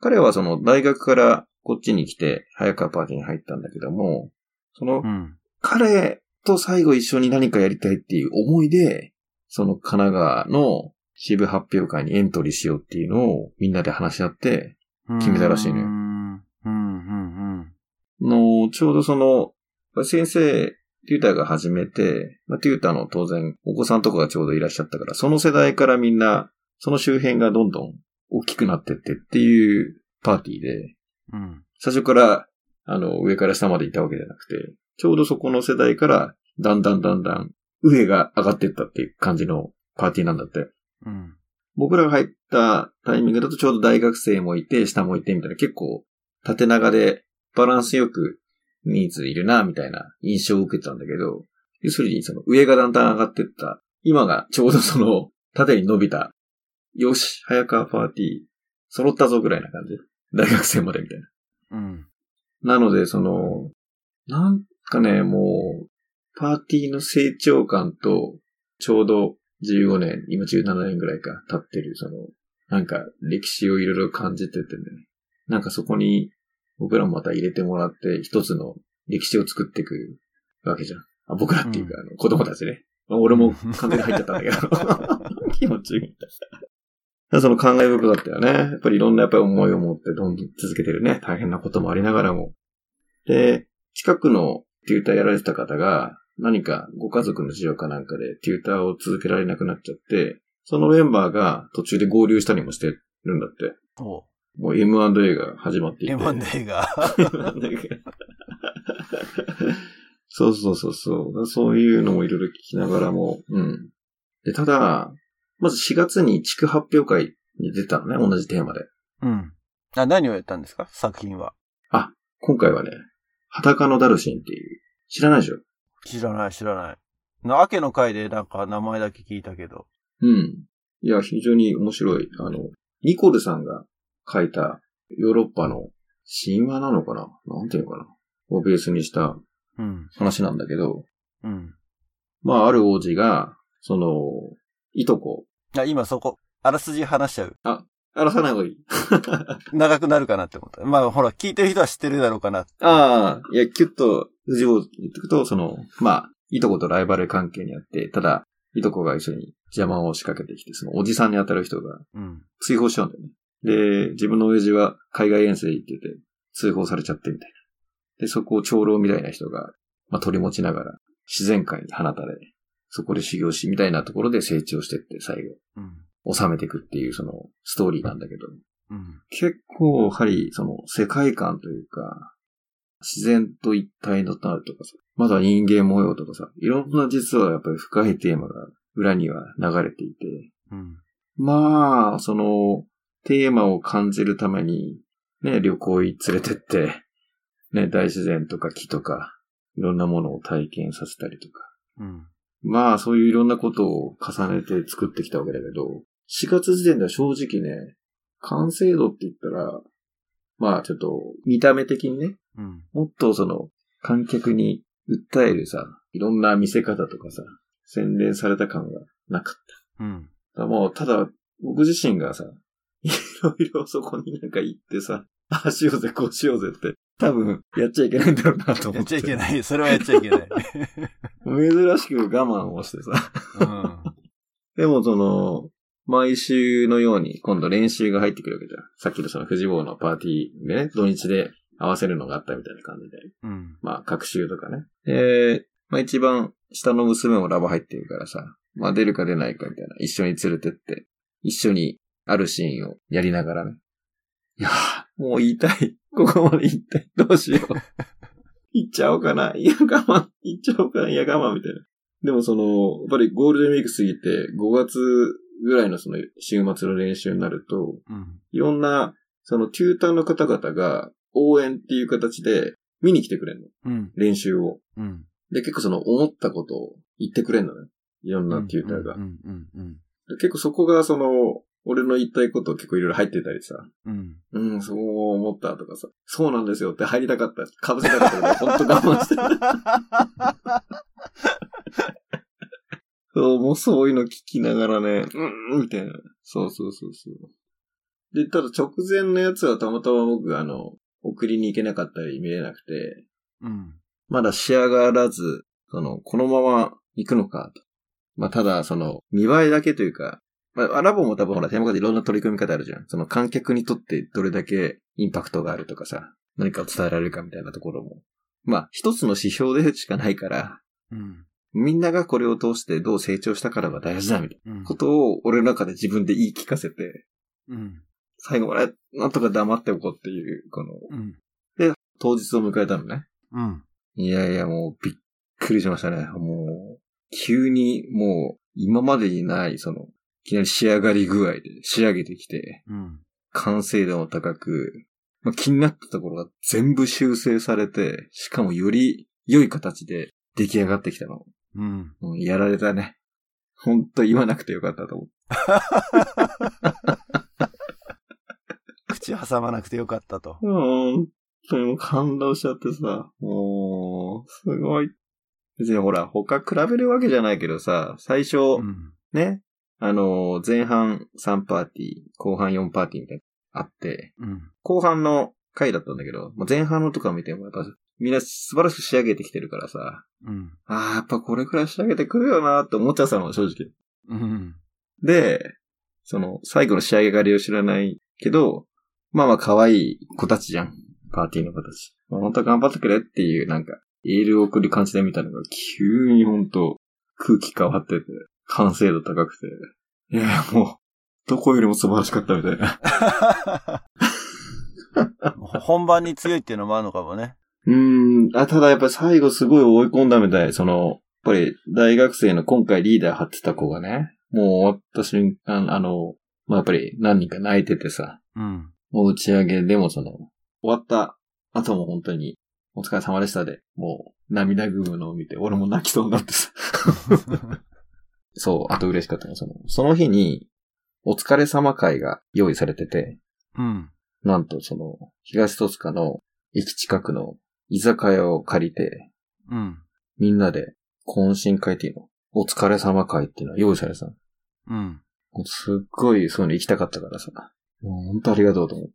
Speaker 2: 彼はその大学からこっちに来て、早川パーティーに入ったんだけども、その
Speaker 1: うん。
Speaker 2: 彼と最後一緒に何かやりたいっていう思いで、その神奈川の支部発表会にエントリーしようっていうのをみんなで話し合って、決めたらしいね
Speaker 1: うん、うん、うんうん。
Speaker 2: の、ちょうどその、先生、テューターが始めて、まあ、テューターの当然、お子さんとかがちょうどいらっしゃったから、その世代からみんな、その周辺がどんどん大きくなってってっていうパーティーで、
Speaker 1: うん。
Speaker 2: 最初から、あの、上から下までいたわけじゃなくて、ちょうどそこの世代から、だんだんだんだん、上が上がってったっていう感じのパーティーなんだって。
Speaker 1: うん。
Speaker 2: 僕らが入ったタイミングだとちょうど大学生もいて、下もいてみたいな、結構縦長でバランスよくニーズいるな、みたいな印象を受けたんだけど、要するにその上がだんだん上がってった、今がちょうどその縦に伸びた、よし、早川パーティー、揃ったぞぐらいな感じ。大学生までみたいな。
Speaker 1: うん。
Speaker 2: なので、その、なんかね、もう、パーティーの成長感と、ちょうど15年、今17年ぐらいか、経ってる、その、なんか歴史をいろいろ感じててね、なんかそこに僕らもまた入れてもらって、一つの歴史を作っていくわけじゃん。あ僕らっていうか、あの子供たちね。まあ俺も完全に入っちゃったんだけど。 気持ちいい。だからその考え深かったよね。やっぱりいろんなやっぱり思いを持ってどんどん続けてるね。大変なこともありながらも。で、近くのテューターやられてた方が、何かご家族の事情かなんかでテューターを続けられなくなっちゃって、そのメンバーが途中で合流したりもしてるんだって。
Speaker 1: お
Speaker 2: もう M&A が始まっていて。
Speaker 1: M&A が。
Speaker 2: そうそうそうそう。そういうのもいろいろ聞きながらも。うん。で、ただ、まず4月に地区発表会に出たのね、同じテーマで。
Speaker 1: うん。あ、何をやったんですか作品は。
Speaker 2: 今回はね、裸のダルシンっていう。知らないでしょ
Speaker 1: 知らない、知らない。な、明けの回でなんか名前だけ聞いたけど。
Speaker 2: うん。いや、非常に面白い。あの、ニコルさんが書いたヨーロッパの神話なのかななんていうのかなをベースにした
Speaker 1: うん。
Speaker 2: 話なんだけど、
Speaker 1: うん。
Speaker 2: まあ、ある王子が、その、いとこ、
Speaker 1: あ、今そこ、あらすじ話しちゃう。
Speaker 2: 荒らさない方がいい。
Speaker 1: 長くなるかなって思った。まあ、ほら、聞いてる人は知ってるだろうかな。
Speaker 2: ああ、いや、キュッと、藤を言ってくと、その、まあ、いとことライバル関係にあって、ただ、いとこが一緒に邪魔を仕掛けてきて、そのおじさんに当たる人が
Speaker 1: うん。
Speaker 2: 追放しちゃうんだよね。で、自分の親父は海外遠征行ってて、追放されちゃってみたいな。で、そこを長老みたいな人が、まあ、取り持ちながら、自然界に放たれ、そこで修行し、みたいなところで成長してって、最
Speaker 1: うん。
Speaker 2: 後、収めていくっていう、その、ストーリーなんだけど、
Speaker 1: うん。
Speaker 2: 結構、やはり、その、世界観というか、自然と一体のなるとかさ、まだ人間模様とかさ、いろんな実はやっぱり深いテーマが裏には流れていて、
Speaker 1: うん。
Speaker 2: まあ、その、テーマを感じるために、ね、旅行に連れてって、ね、大自然とか木とか、いろんなものを体験させたりとか。
Speaker 1: うん。
Speaker 2: まあ、そういういろんなことを重ねて作ってきたわけだけど、4月時点では正直ね、完成度って言ったら、まあ、ちょっと、見た目的にね、
Speaker 1: うん。
Speaker 2: もっとその、観客に訴えるさ、いろんな見せ方とかさ、洗練された感がなかった。
Speaker 1: うん。
Speaker 2: だからもう、ただ、僕自身がさ、 いろいろそこになんか行ってさ、ああしようぜ、こうしようぜって、多分、やっちゃいけないんだろうなと思
Speaker 1: やっ
Speaker 2: って。
Speaker 1: ちゃいけない。それはやっちゃいけ ない。
Speaker 2: 珍しく我慢をしてさ。
Speaker 1: うん。
Speaker 2: でもその、毎週のように、今度練習が入ってくるわけじゃん。さっきのその、富士坊のパーティーでね、土日で合わせるのがあったみたいな感じで。
Speaker 1: うん。
Speaker 2: まあ、学習とかね。で、まあ一番下の娘もラボ入ってるからさ、まあ出るか出ないかみたいな、一緒に連れてって、一緒にあるシーンをやりなが らね。いやー、もう言いたい。ここまで言いたい。どうしよう。行っちゃおうかな。いや、我慢。行っちゃおうかな。いや、我慢みたいな。でもその、やっぱりゴールデンウィーク過ぎて、5月ぐらいのその週末の練習になると、
Speaker 1: うん。
Speaker 2: いろんな、そのテューターの方々が応援っていう形で見に来てくれるの。
Speaker 1: うん。
Speaker 2: 練習を。
Speaker 1: うん。
Speaker 2: で、結構その思ったことを言ってくれるのね。いろんなテューターが。
Speaker 1: うん。うん。うん。
Speaker 2: で結構そこがその、俺の言いたいこと結構いろいろ入ってたりさ。
Speaker 1: うん。
Speaker 2: うん、そう思ったとかさ。そうなんですよって入りたかった。かぶせたかったけど、 ほんと我慢してた。そう、もうそういうの聞きながらね、うん、みたいな。そうそうそうそう。で、ただ直前のやつはたまたま僕、あの、送りに行けなかったり見れなくて、
Speaker 1: うん。
Speaker 2: まだ仕上がらず、その、このまま行くのか、と。まあ、ただ、その、見栄えだけというか、まあ、ラボも多分ほら、テーマカでいろんな取り組み方あるじゃん。その観客にとってどれだけインパクトがあるとかさ、何かを伝えられるかみたいなところも。まあ、一つの指標でしかないから、
Speaker 1: うん。
Speaker 2: みんながこれを通してどう成長したからが大事だ、みたい
Speaker 1: うん
Speaker 2: なことを俺の中で自分で言い聞かせて、
Speaker 1: うん。
Speaker 2: 最後までなんとか黙っておこうっていう、この、
Speaker 1: うん。
Speaker 2: 当日を迎えたのね。
Speaker 1: うん。
Speaker 2: いやいや、もうびっくりしましたね。もう、急にもう今までにない、その、いきなり仕上がり具合で仕上げてきて、
Speaker 1: うん。
Speaker 2: 完成度も高く、まあ、気になったところが全部修正されて、しかもより良い形で出来上がってきたの。
Speaker 1: うん。
Speaker 2: うん、やられたね。ほんと言わなくてよかったと思う。
Speaker 1: 口挟まなくてよかったと。
Speaker 2: うん、当にもう感動しちゃってさ、もう、すごい。別にほら、他比べるわけじゃないけどさ、最初、
Speaker 1: うん。
Speaker 2: ね。あのー、前半3パーティー、後半4パーティーみたいな、あって、
Speaker 1: うん。
Speaker 2: 後半の回だったんだけど、もう前半のとか見てもやっぱ、みんな素晴らしく仕上げてきてるからさ、
Speaker 1: うん。
Speaker 2: ああ、やっぱこれくらい仕上げてくるよなーって思っちゃったの、正直。
Speaker 1: うん。
Speaker 2: で、その、最後の仕上がりを知らないけど、まあまあ可愛い子たちじゃん。パーティーの子たち。まあ本当頑張ってくれっていう、なんか、エールを送る感じで見たのが、急に本当空気変わってて、完成度高くて。いや、もう、どこよりも素晴らしかったみたいな。
Speaker 1: 本番に強いっていうのもあるのかもね。
Speaker 2: うーん、あ、ただやっぱり最後すごい追い込んだみたい。その、やっぱり大学生の今回リーダー張ってた子がね、もう終わった瞬間、あの、まあ、やっぱり何人か泣いててさ、
Speaker 1: うん。
Speaker 2: もう打ち上げでもその、終わった後も本当に、お疲れ様でしたで、もう涙ぐむのを見て、俺も泣きそうになってさ。そう、あと嬉しかったのはその、その日に、お疲れ様会が用意されてて、
Speaker 1: うん。
Speaker 2: なんとその、東戸塚の駅近くの居酒屋を借りて、
Speaker 1: うん。
Speaker 2: みんなで懇親会っていうの、お疲れ様会っていうのは用意されてたの
Speaker 1: うん。
Speaker 2: もうすっごいそういうの行きたかったからさ。もう本当ありがとうと思って。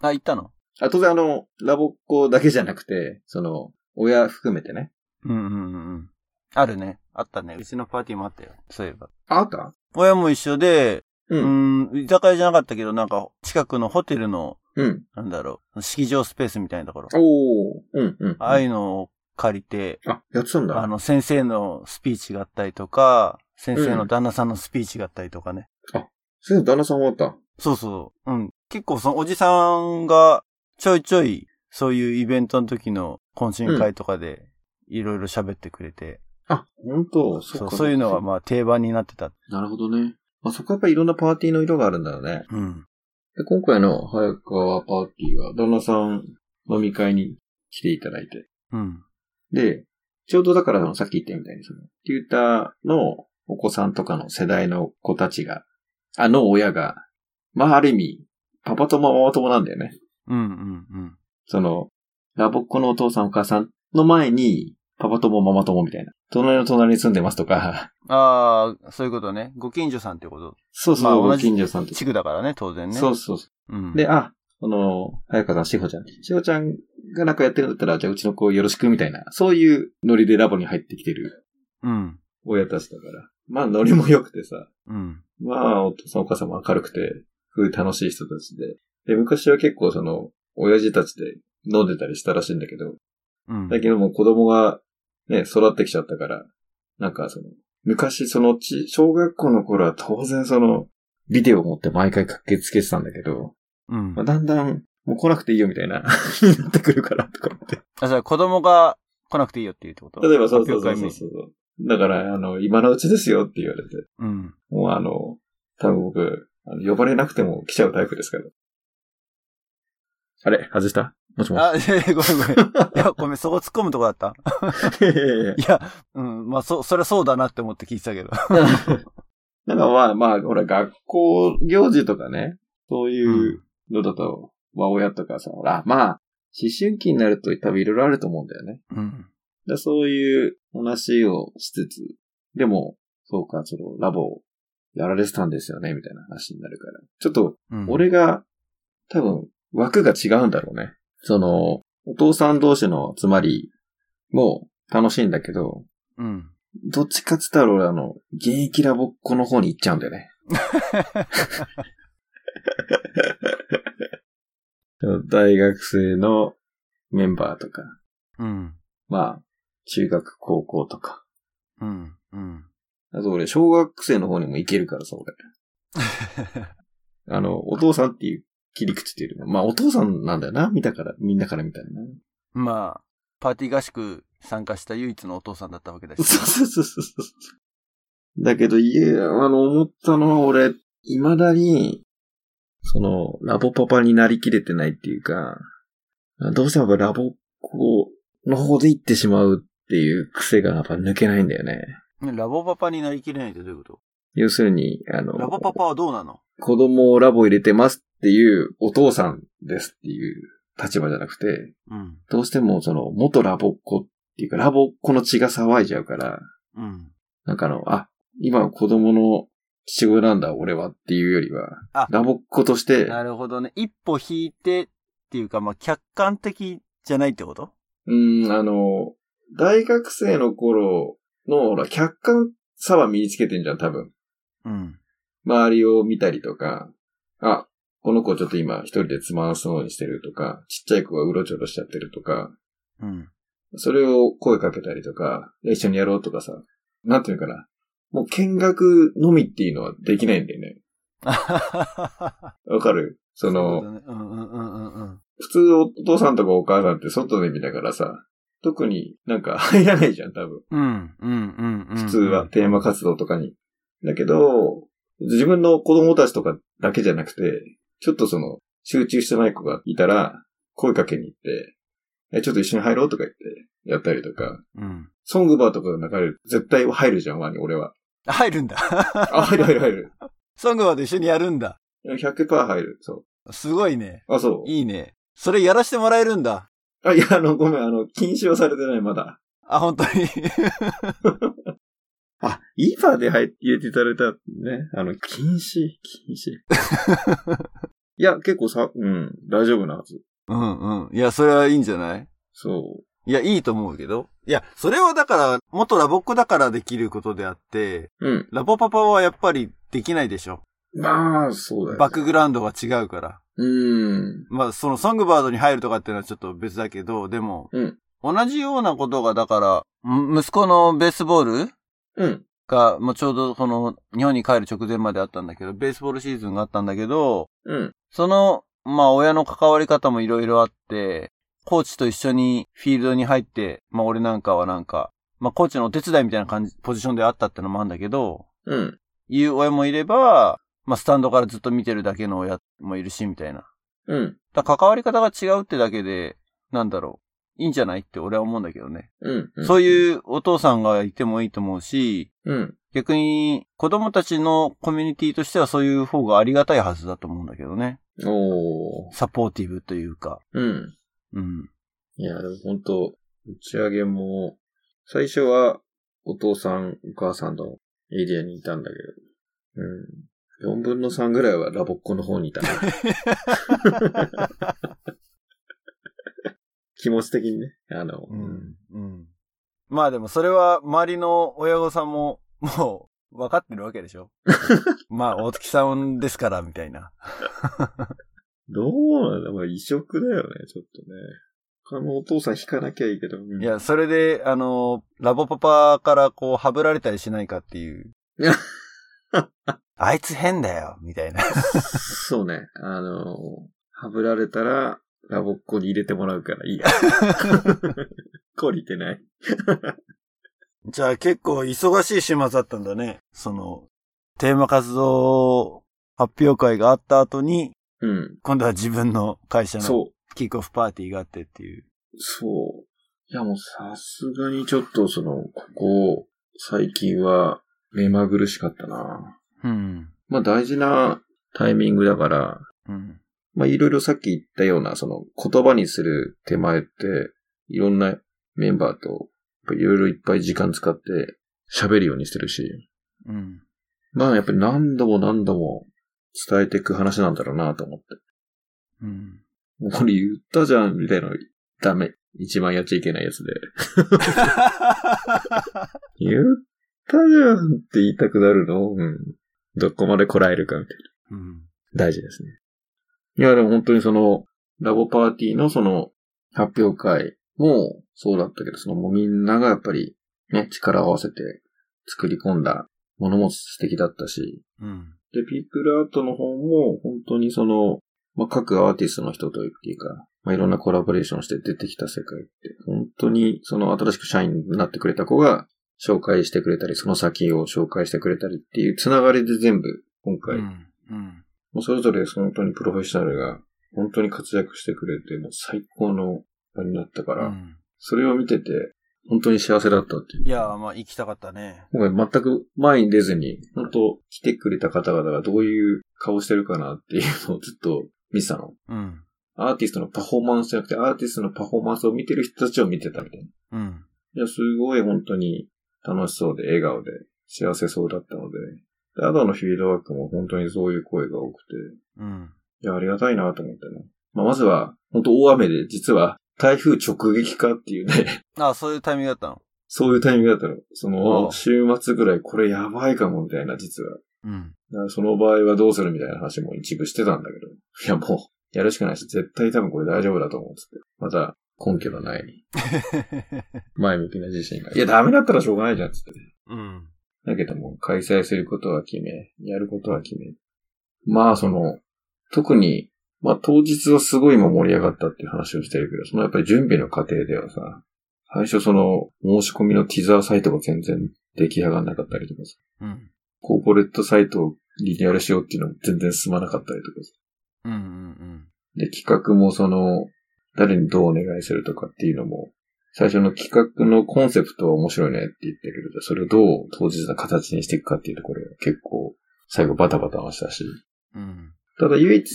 Speaker 1: あ、行ったの
Speaker 2: あ、当然あの、ラボっ子だけじゃなくて、その、親含めてね。
Speaker 1: うんうんうんうん。あるね。あったね。うちのパーティーもあったよ。そういえば。
Speaker 2: ああった
Speaker 1: 親も一緒で、
Speaker 2: う。
Speaker 1: うんん、居酒屋じゃなかったけど、なんか、近くのホテルの、
Speaker 2: うん。
Speaker 1: なんだろう、式場スペースみたいなところ。
Speaker 2: おー。うん、うん。
Speaker 1: ああいうのを借りて、
Speaker 2: あ、やってたんだ。
Speaker 1: あ
Speaker 2: あ
Speaker 1: の、先生のスピーチがあったりとか、先生の旦那さんのスピーチがあったりとかね。
Speaker 2: 先生、旦那さんもあった。
Speaker 1: そうそう。うん。結構そのおじさんが、ちょいちょい、そういうイベントの時の懇親会とかで、いろいろ喋ってくれて、
Speaker 2: あ、本当
Speaker 1: そうそういうのがまあ定番になってた。
Speaker 2: なるほどね。まあ、そこはやっぱりいろんなパーティーの色があるんだよね。
Speaker 1: うん。
Speaker 2: で今回の早川パーティーは、旦那さん飲み会に来ていただいて。
Speaker 1: うん。
Speaker 2: で、ちょうどだからそのさっき言ったみたいに、その、テューターのお子さんとかの世代の子たちが、あの親が、まあある意味、パパ友ママ友なんだよね。
Speaker 1: うんうんうん。
Speaker 2: その、ラボっ子のお父さんお母さんの前に、パパ友ママ友みたいな。隣の隣に住んでますとか、
Speaker 1: ああ、そういうことね。ご近所さんってこと。
Speaker 2: そう
Speaker 1: まあ
Speaker 2: そ
Speaker 1: 同
Speaker 2: う、ご
Speaker 1: じ
Speaker 2: 近所さんとか。
Speaker 1: 地区だからね、当然ね。。
Speaker 2: そうそうそう
Speaker 1: ん。
Speaker 2: う。で、、あ、この、早川さん、しほちゃん。しほちゃんがなんかやってるんだったら、じゃあうちの子よろしくみたいな、そういうノリでラボに入ってきてる
Speaker 1: うん。
Speaker 2: 親たちだから。まあ、ノリも良くてさ。
Speaker 1: うん。
Speaker 2: まあ、お父さんお母さんも明るくて、すごい楽しい人たちで。で、昔は結構その、親父たちで飲んでたりしたらしいんだけど、
Speaker 1: うん。
Speaker 2: だけどもう子供がね、育ってきちゃったから、なんかその、昔そのち、小学校の頃は当然その、ビデオを持って毎回駆けつけてたんだけど、
Speaker 1: うん
Speaker 2: まあ、。だんだんもう来なくていいよみたいな、 になってくるからとかって。
Speaker 1: あ、それ子供が来なくていいよっていうってこと
Speaker 2: 例えばそうそうそ
Speaker 1: 発
Speaker 2: う
Speaker 1: 表
Speaker 2: そう
Speaker 1: 会
Speaker 2: そう。だから、あの、今のうちですよって言われて。
Speaker 1: 見にうん。
Speaker 2: もうあの、多分僕、あの呼ばれなくても来ちゃうタイプですから。あれ外したもしもし。
Speaker 1: あ、いやいやごめんごめん。いや、ごめん、そこ突っ込むとこだった。
Speaker 2: いやいやいや
Speaker 1: いや、うん、まあ、そ、そりゃそうだなって思って聞いてたけど。
Speaker 2: なんかまあまあ、ほら、学校行事とかね、そういうのだと、まあ親とかさ、ほら、まあ、思春期になると多分いろいろあると思うんだよね。
Speaker 1: うん。
Speaker 2: だそういう話をしつつ、でも、そうか、その、ラボをやられてたんですよね、みたいな話になるから。ちょっと、
Speaker 1: うん、
Speaker 2: 俺が、多分、枠が違うんだろうね。その、お父さん同士の集まりも楽しいんだけど、
Speaker 1: うん。
Speaker 2: どっちかっつったら俺あの、現役ラボっ子の方に行っちゃうんだよね。大学生のメンバーとか、
Speaker 1: うん。
Speaker 2: まあ、中学、高校とか。
Speaker 1: うん。うん。
Speaker 2: あと俺、小学生の方にも行けるからさ、俺。あの、お父さんっていう切り口っていうよりも、まあお父さんなんだよな、見たから、みんなから見たらな。
Speaker 1: まあ、パーティー合宿参加した唯一のお父さんだったわけだし。
Speaker 2: そうそうそうそうそう。だけど、いや、あの、思ったのは俺、未だに、その、ラボパパになりきれてないっていうか、どうしてもやっぱラボっ子の方で行ってしまうっていう癖がやっぱ抜けないんだよね。
Speaker 1: ねラボパパになりきれないってどういうこと
Speaker 2: 要するに、あの、
Speaker 1: ラボパパはどうなの
Speaker 2: 子供をラボ入れてますっていうお父さんですっていう立場じゃなくて、
Speaker 1: うん。
Speaker 2: どうしてもその、元ラボっ子っていうか、ラボっ子の血が騒いじゃうから、
Speaker 1: うん。
Speaker 2: なんかあの、あ、今子供の父親なんだ、俺はっていうよりは
Speaker 1: あ、
Speaker 2: ラボっ子として、
Speaker 1: なるほどね。一歩引いてっていうか、まあ、客観的じゃないってこと
Speaker 2: うん、あの、大学生の頃の、ほら、客観さは身につけてんじゃん、多分。
Speaker 1: うん。
Speaker 2: 周りを見たりとか、あ、この子ちょっと今一人でつまらそうにしてるとか、ちっちゃい子がうろちょろしちゃってるとか、
Speaker 1: うん。
Speaker 2: それを声かけたりとか、一緒にやろうとかさ、なんていうのかな。もう見学のみっていうのはできないんだよね。わかるそ
Speaker 1: そ
Speaker 2: の、
Speaker 1: うだねうんうんうんうんうん。
Speaker 2: 普通お父さんとかお母さんって外で見ながらさ、特になんか 入らないじゃん、多分。
Speaker 1: うん、うん、うん。うん
Speaker 2: 普通は。テーマ活動とかに。だけど、自分の子供たちとかだけじゃなくて、ちょっとその、集中してない子がいたら、声かけに行って、え、ちょっと一緒に入ろうとか言って、やったりとか、
Speaker 1: うん。
Speaker 2: ソングバーとかの中で絶対入るじゃん、輪に俺は。
Speaker 1: 入るんだ。
Speaker 2: あ、入る入る入る。
Speaker 1: ソングまで一緒にやるんだ。
Speaker 2: 100%入る。そ
Speaker 1: すごいね。
Speaker 2: う。あ、そう。
Speaker 1: いいね。それやらせてもらえるんだ。
Speaker 2: あ、いや、あの、ごめん、あの、禁止はされてない、まだ。
Speaker 1: あ、本当に。
Speaker 2: あ、イーパーで入入れていただいたね。あの、禁止、禁止。いや、結構さ、うん、大丈夫なはず。
Speaker 1: うんうん。いや、それはいいんじゃない
Speaker 2: そ
Speaker 1: いや、いいと思うけど。いや、それはだから、元ラボっ子だからできることであって、
Speaker 2: う。うん。
Speaker 1: ラボパパはやっぱりできないでしょ。
Speaker 2: まあ、そうだよ、ね。
Speaker 1: バックグラウンドが違うから。
Speaker 2: うん。
Speaker 1: まあ、そのソングバードに入るとかっていうのはちょっと別だけど、でも、
Speaker 2: うん
Speaker 1: 同じようなことが、だから、ん息子のベースボール
Speaker 2: うん。
Speaker 1: が、もうちょうどこの、日本に帰る直前まであったんだけど、ベースボールシーズンがあったんだけど、
Speaker 2: うん。
Speaker 1: その、まあ、親の関わり方もいろいろあって、コーチと一緒にフィールドに入って、まあ、俺なんかはなんか、まあ、コーチのお手伝いみたいな感じ、ポジションであったってのもあるんだけど、
Speaker 2: うん。
Speaker 1: いう親もいれば、まあ、スタンドからずっと見てるだけの親もいるし、みたいな。
Speaker 2: うん。
Speaker 1: だから関わり方が違うってだけで、なんだろう。いいんじゃないって俺は思うんだけどね。
Speaker 2: うん。うん。
Speaker 1: そう
Speaker 2: う。
Speaker 1: いうお父さんがいてもいいと思うし、
Speaker 2: うん。
Speaker 1: 逆に子供たちのコミュニティとしてはそういう方がありがたいはずだと思うんだけどね。
Speaker 2: おー。
Speaker 1: サポーティブというか。
Speaker 2: うん。
Speaker 1: うん。
Speaker 2: いや、でも本当打ち上げも、最初は、お父さん、お母さんのエリアにいたんだけど、うん。4分の3ぐらいはラボっ子の方 にいたな。気持ち的にね。あの、
Speaker 1: うん。うん。まあでもそれは周りの親御さんももう分かってるわけでし ょまあ大月さんですからみたいな。
Speaker 2: どうなんだまあ異色だよね、ちょっとね。他のお父さん引かなきゃいいけど。うん
Speaker 1: いや、それで、あの、ラボパパからこう、はぶられたりしないかって いう
Speaker 2: いや。
Speaker 1: あいつ変だよ、みたいな。
Speaker 2: そうね。あの、ハブられたら、ラボっ子に入れてもらうからいい や。懲りてない。
Speaker 1: じゃあ結構忙しい週末だったんだね。その、テーマ活動発表会があった後に、
Speaker 2: うん。
Speaker 1: 今度は自分の会社の
Speaker 2: そう。
Speaker 1: キックオフパーティーがあってっていう。
Speaker 2: そう。いやもうさすがにちょっとその、ここ、最近は目まぐるしかったな。
Speaker 1: うん。
Speaker 2: まあ大事なタイミングだから、
Speaker 1: うん。
Speaker 2: まあいろいろさっき言ったような、その言葉にする手前って、いろんなメンバーと、いろいろいっぱい時間使って喋るようにしてるし、
Speaker 1: うん。
Speaker 2: まあやっぱり何度も何度も伝えていく話なんだろうなと思って。
Speaker 1: うん。
Speaker 2: もうこれ言ったじゃん、みたいなの、ダメ。一番やっちゃいけないやつで。言ったじゃんって言いたくなるのうん。どこまでこらえるかみたい
Speaker 1: うん。
Speaker 2: な。大事ですね。いや、でも本当にその、ラボパーティーのその、発表会もそうだったけど、そのもうみんながやっぱり、ね、力を合わせて作り込んだものも素敵だったし、
Speaker 1: うん。
Speaker 2: で、ピープルアートの方も、本当にその、まあ、各アーティストの人とっていうか、まあ、いろんなコラボレーションして出てきた世界って、本当にその新しく社員になってくれた子が紹介してくれたり、その先を紹介してくれたりっていうつながりで全部、今
Speaker 1: う
Speaker 2: 回、も
Speaker 1: ん。うん。
Speaker 2: うそれぞれ本当にプロフェッショナルが本当に活躍してくれて、もう最高の場になったか
Speaker 1: う
Speaker 2: ら、
Speaker 1: ん。
Speaker 2: それを見てて、本当に幸せだったっていう。
Speaker 1: いやー、まあ、行きたかったね。
Speaker 2: 今回全く前に出ずに、本当来てくれた方々がどういう顔してるかなっていうのをずっと見てたの。
Speaker 1: うん。
Speaker 2: アーティストのパフォーマンスじゃなくて、アーティストのパフォーマンスを見てる人たちを見てたみたいな。
Speaker 1: う
Speaker 2: い
Speaker 1: ん。
Speaker 2: や、すごい本当に楽しそうで、笑顔で、幸せそうだったので。で、あとのフィードバックも本当にそういう声が多くて、
Speaker 1: うん。
Speaker 2: いや、ありがたいなと思ったね。まあ、まずは、本当大雨で、実は台風直撃かっていうね、
Speaker 1: あ、そういうタイミングだったの
Speaker 2: そういうタイミングだったの。そ
Speaker 1: あ
Speaker 2: の、
Speaker 1: あ
Speaker 2: 週末ぐらいこれやばいかもみたいな、実は。
Speaker 1: うん。
Speaker 2: だからその場合はどうするみたいな話も一部してたんだけど。いや、もう、やるしかないし、絶対多分これ大丈夫だと思うっつって。また、根拠のない、前向きな自信が。いや、ダメだったらしょうがないじゃん、つって。
Speaker 1: うん。
Speaker 2: だけども、開催することは決め、やることは決め。まあ、その、特に、まあ、当日はすごい今盛り上がったっていう話をしてるけど、そのやっぱり準備の過程ではさ、最初その、申し込みのティザーサイトが全然出来上がんなかったりとかさ、
Speaker 1: うん。
Speaker 2: コーポレートサイトをリニューアルしようっていうのも全然進まなかったりとかさ。
Speaker 1: うん。うん。
Speaker 2: で、企画もその、誰にどうお願いするとかっていうのも、最初の企画のコンセプトは面白いねって言ってるけど、じゃあそれをどう当日の形にしていくかっていうところが結構最後バタバタはしたし。
Speaker 1: うん。
Speaker 2: ただ唯一、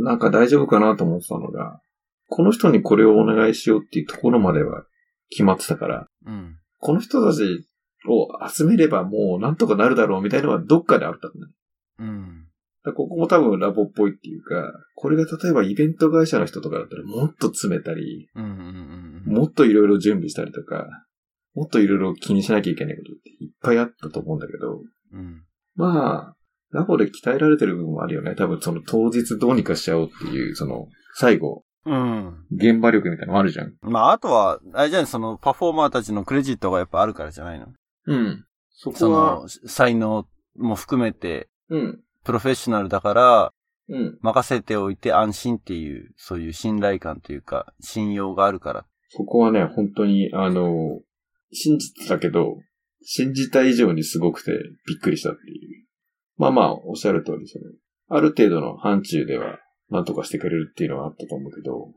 Speaker 2: なんか大丈夫かなと思ってたのが、この人にこれをお願いしようっていうところまでは決まってたから、
Speaker 1: うん。
Speaker 2: この人たちを集めればもうなんとかなるだろうみたいなのはどっかであったのね。
Speaker 1: うん。
Speaker 2: だからここも多分ラボっぽいっていうか、これが例えばイベント会社の人とかだったらもっと詰めたり、
Speaker 1: うん。うん。
Speaker 2: もっといろいろ準備したりとか、もっといろいろ気にしなきゃいけないことっていっぱいあったと思うんだけど、
Speaker 1: うん。
Speaker 2: まあ、ラボで鍛えられてる部分もあるよね。多分その当日どうにかしちゃおうっていう、その、最後、
Speaker 1: うん。
Speaker 2: 現場力みたいなのもあるじゃん。
Speaker 1: まあ、あとは、あれじゃない、その、パフォーマーたちのクレジットがやっぱあるからじゃないの
Speaker 2: うん。そ
Speaker 1: そ
Speaker 2: こは、
Speaker 1: の、才能も含めて、
Speaker 2: うん、
Speaker 1: プロフェッショナルだから、
Speaker 2: うん。
Speaker 1: 任せておいて安心っていう、そういう信頼感というか、信用があるから。
Speaker 2: そこはね、本当に、あの、信じてたけど、信じた以上にすごくてびっくりしたっていう。まあまあ、おっしゃる通り、その、ある程度の範疇では、なんとかしてくれるっていうのはあったと思うけど、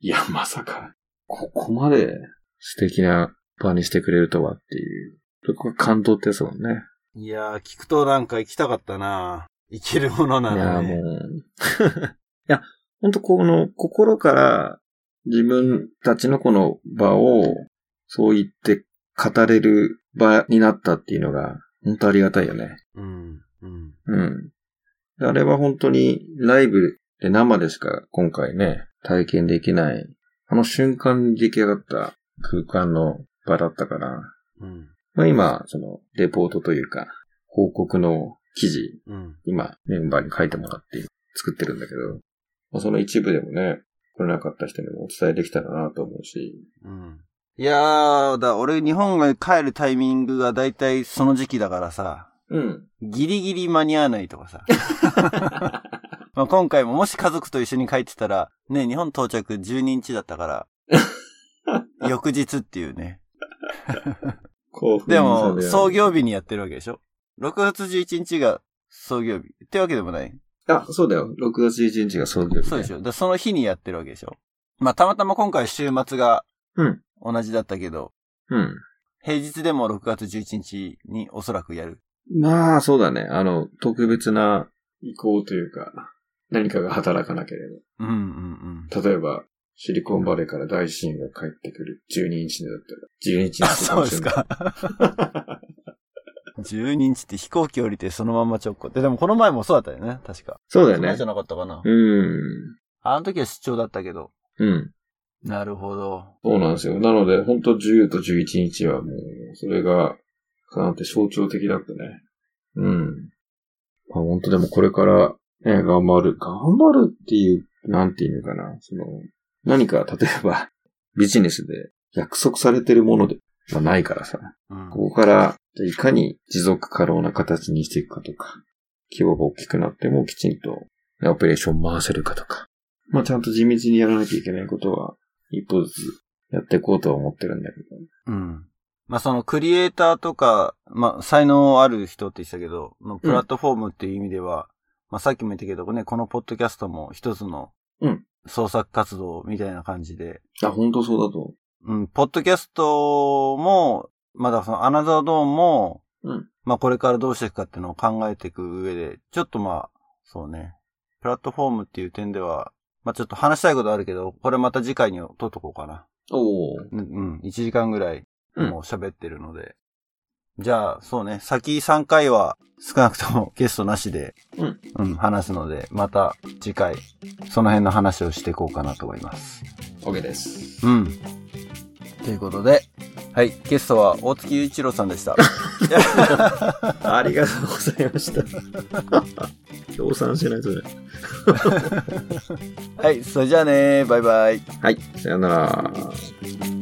Speaker 2: いや、まさか、ここまで素敵な場にしてくれるとはっていう。そこが感動ってやつだもんね。
Speaker 1: いやー、聞くとなんか行きたかったな行けるものない
Speaker 2: や
Speaker 1: ら
Speaker 2: ー、
Speaker 1: ね。
Speaker 2: もう。いや、ほんとこの心から自分たちのこの場をそう言って語れる場になったっていうのが本当ありがたいよね。
Speaker 1: うん。うん。
Speaker 2: うん。であれは本当にライブで生でしか今回ね、体験できない、あの瞬間に出来上がった空間の場だったから、
Speaker 1: うん。
Speaker 2: まあ今、その、レポートというか、報告の記事
Speaker 1: うん。
Speaker 2: 今、メンバーに書いてもらって作ってるんだけど、まあ、その一部でもね、来れなかった人にもお伝えできたらなと思うし、
Speaker 1: うん。いやー、だ、俺日本が帰るタイミングがだいたいその時期だからさ、
Speaker 2: うん。
Speaker 1: ギリギリ間に合わないとかさ。まあ、今回ももし家族と一緒に帰ってたら、ね、日本到着12日だった から、翌日っていうね。
Speaker 2: 興奮
Speaker 1: でも、
Speaker 2: 冷めや
Speaker 1: 創業日にやってるわけでしょ ?6 月11日が創業日ってわけでもない。
Speaker 2: あ、そうだよ。6月1日が創業日、
Speaker 1: そうでし
Speaker 2: ょ。
Speaker 1: ょ。だからその日にやってるわけでしょまあ、たまたま今回週末が
Speaker 2: うん。
Speaker 1: 同じだったけど、
Speaker 2: うん。
Speaker 1: 平日でも6月11日におそらくやる。
Speaker 2: まあ、そうだね。あの、特別な意向というか、何かが働かなけれ
Speaker 1: うんうんうん。
Speaker 2: ば。例えば、シリコンバレーから大神が帰ってくる12日だったら、12日に
Speaker 1: あ、 そうですか。
Speaker 2: か。
Speaker 1: 12日って飛行機降りてそのまま直行って、でもこの前もそうだったよね、確か。
Speaker 2: そうだよ
Speaker 1: そんな
Speaker 2: ね
Speaker 1: じゃ。なかったかな。
Speaker 2: うん。
Speaker 1: あの時は出張だったけど。
Speaker 2: うん。
Speaker 1: なるほど。
Speaker 2: そうなんですよ。なので、本当10と11日はもう、それが、重なって象徴的だったね。うん。まあ本当でもこれから、ね、頑張る。頑張るっていう、なんていうのかな。その、何か、例えば、ビジネスで約束されてるもので、まあないからさ。
Speaker 1: うん。
Speaker 2: ここから、じゃあいかに持続可能な形にしていくかとか、規模が大きくなってもきちんと、ねオペレーション回せるかとか。まあちゃんと地道にやらなきゃいけないことは、一歩ずつやっていこうとは思ってるんだけど。
Speaker 1: うん。まあ、そのクリエイターとか、まあ、才能ある人って言ってたけど、のプラットフォームっていう意味では、まあ、さっきも言ったけどね、このポッドキャストも一つの
Speaker 2: うん、
Speaker 1: 創作活動みたいな感じで、
Speaker 2: あ、本当そうだと。
Speaker 1: うん、ポッドキャストも、まだそのアナザードーンも、
Speaker 2: うん
Speaker 1: まあ、これからどうしていくかっていうのを考えていく上で、ちょっとまあ、そうね、プラットフォームっていう点では、まあ、ちょっと話したいことあるけど、これまた次回に撮っとこうかな。
Speaker 2: おお。
Speaker 1: うんうん、1時間ぐらい、
Speaker 2: うん
Speaker 1: もう喋ってるので。じゃあ、そうね、先3回は少なくともゲストなしで、
Speaker 2: うん
Speaker 1: うん、話すので、また次回、その辺の話をしていこうかなと思います。
Speaker 2: OK です。
Speaker 1: うん。ということで、はい、ゲストは大月雄一郎さんで した。
Speaker 2: ありがとうございました。 協賛しないとね。
Speaker 1: はい、それじゃあね、バイバイ。
Speaker 2: はい、さよなら。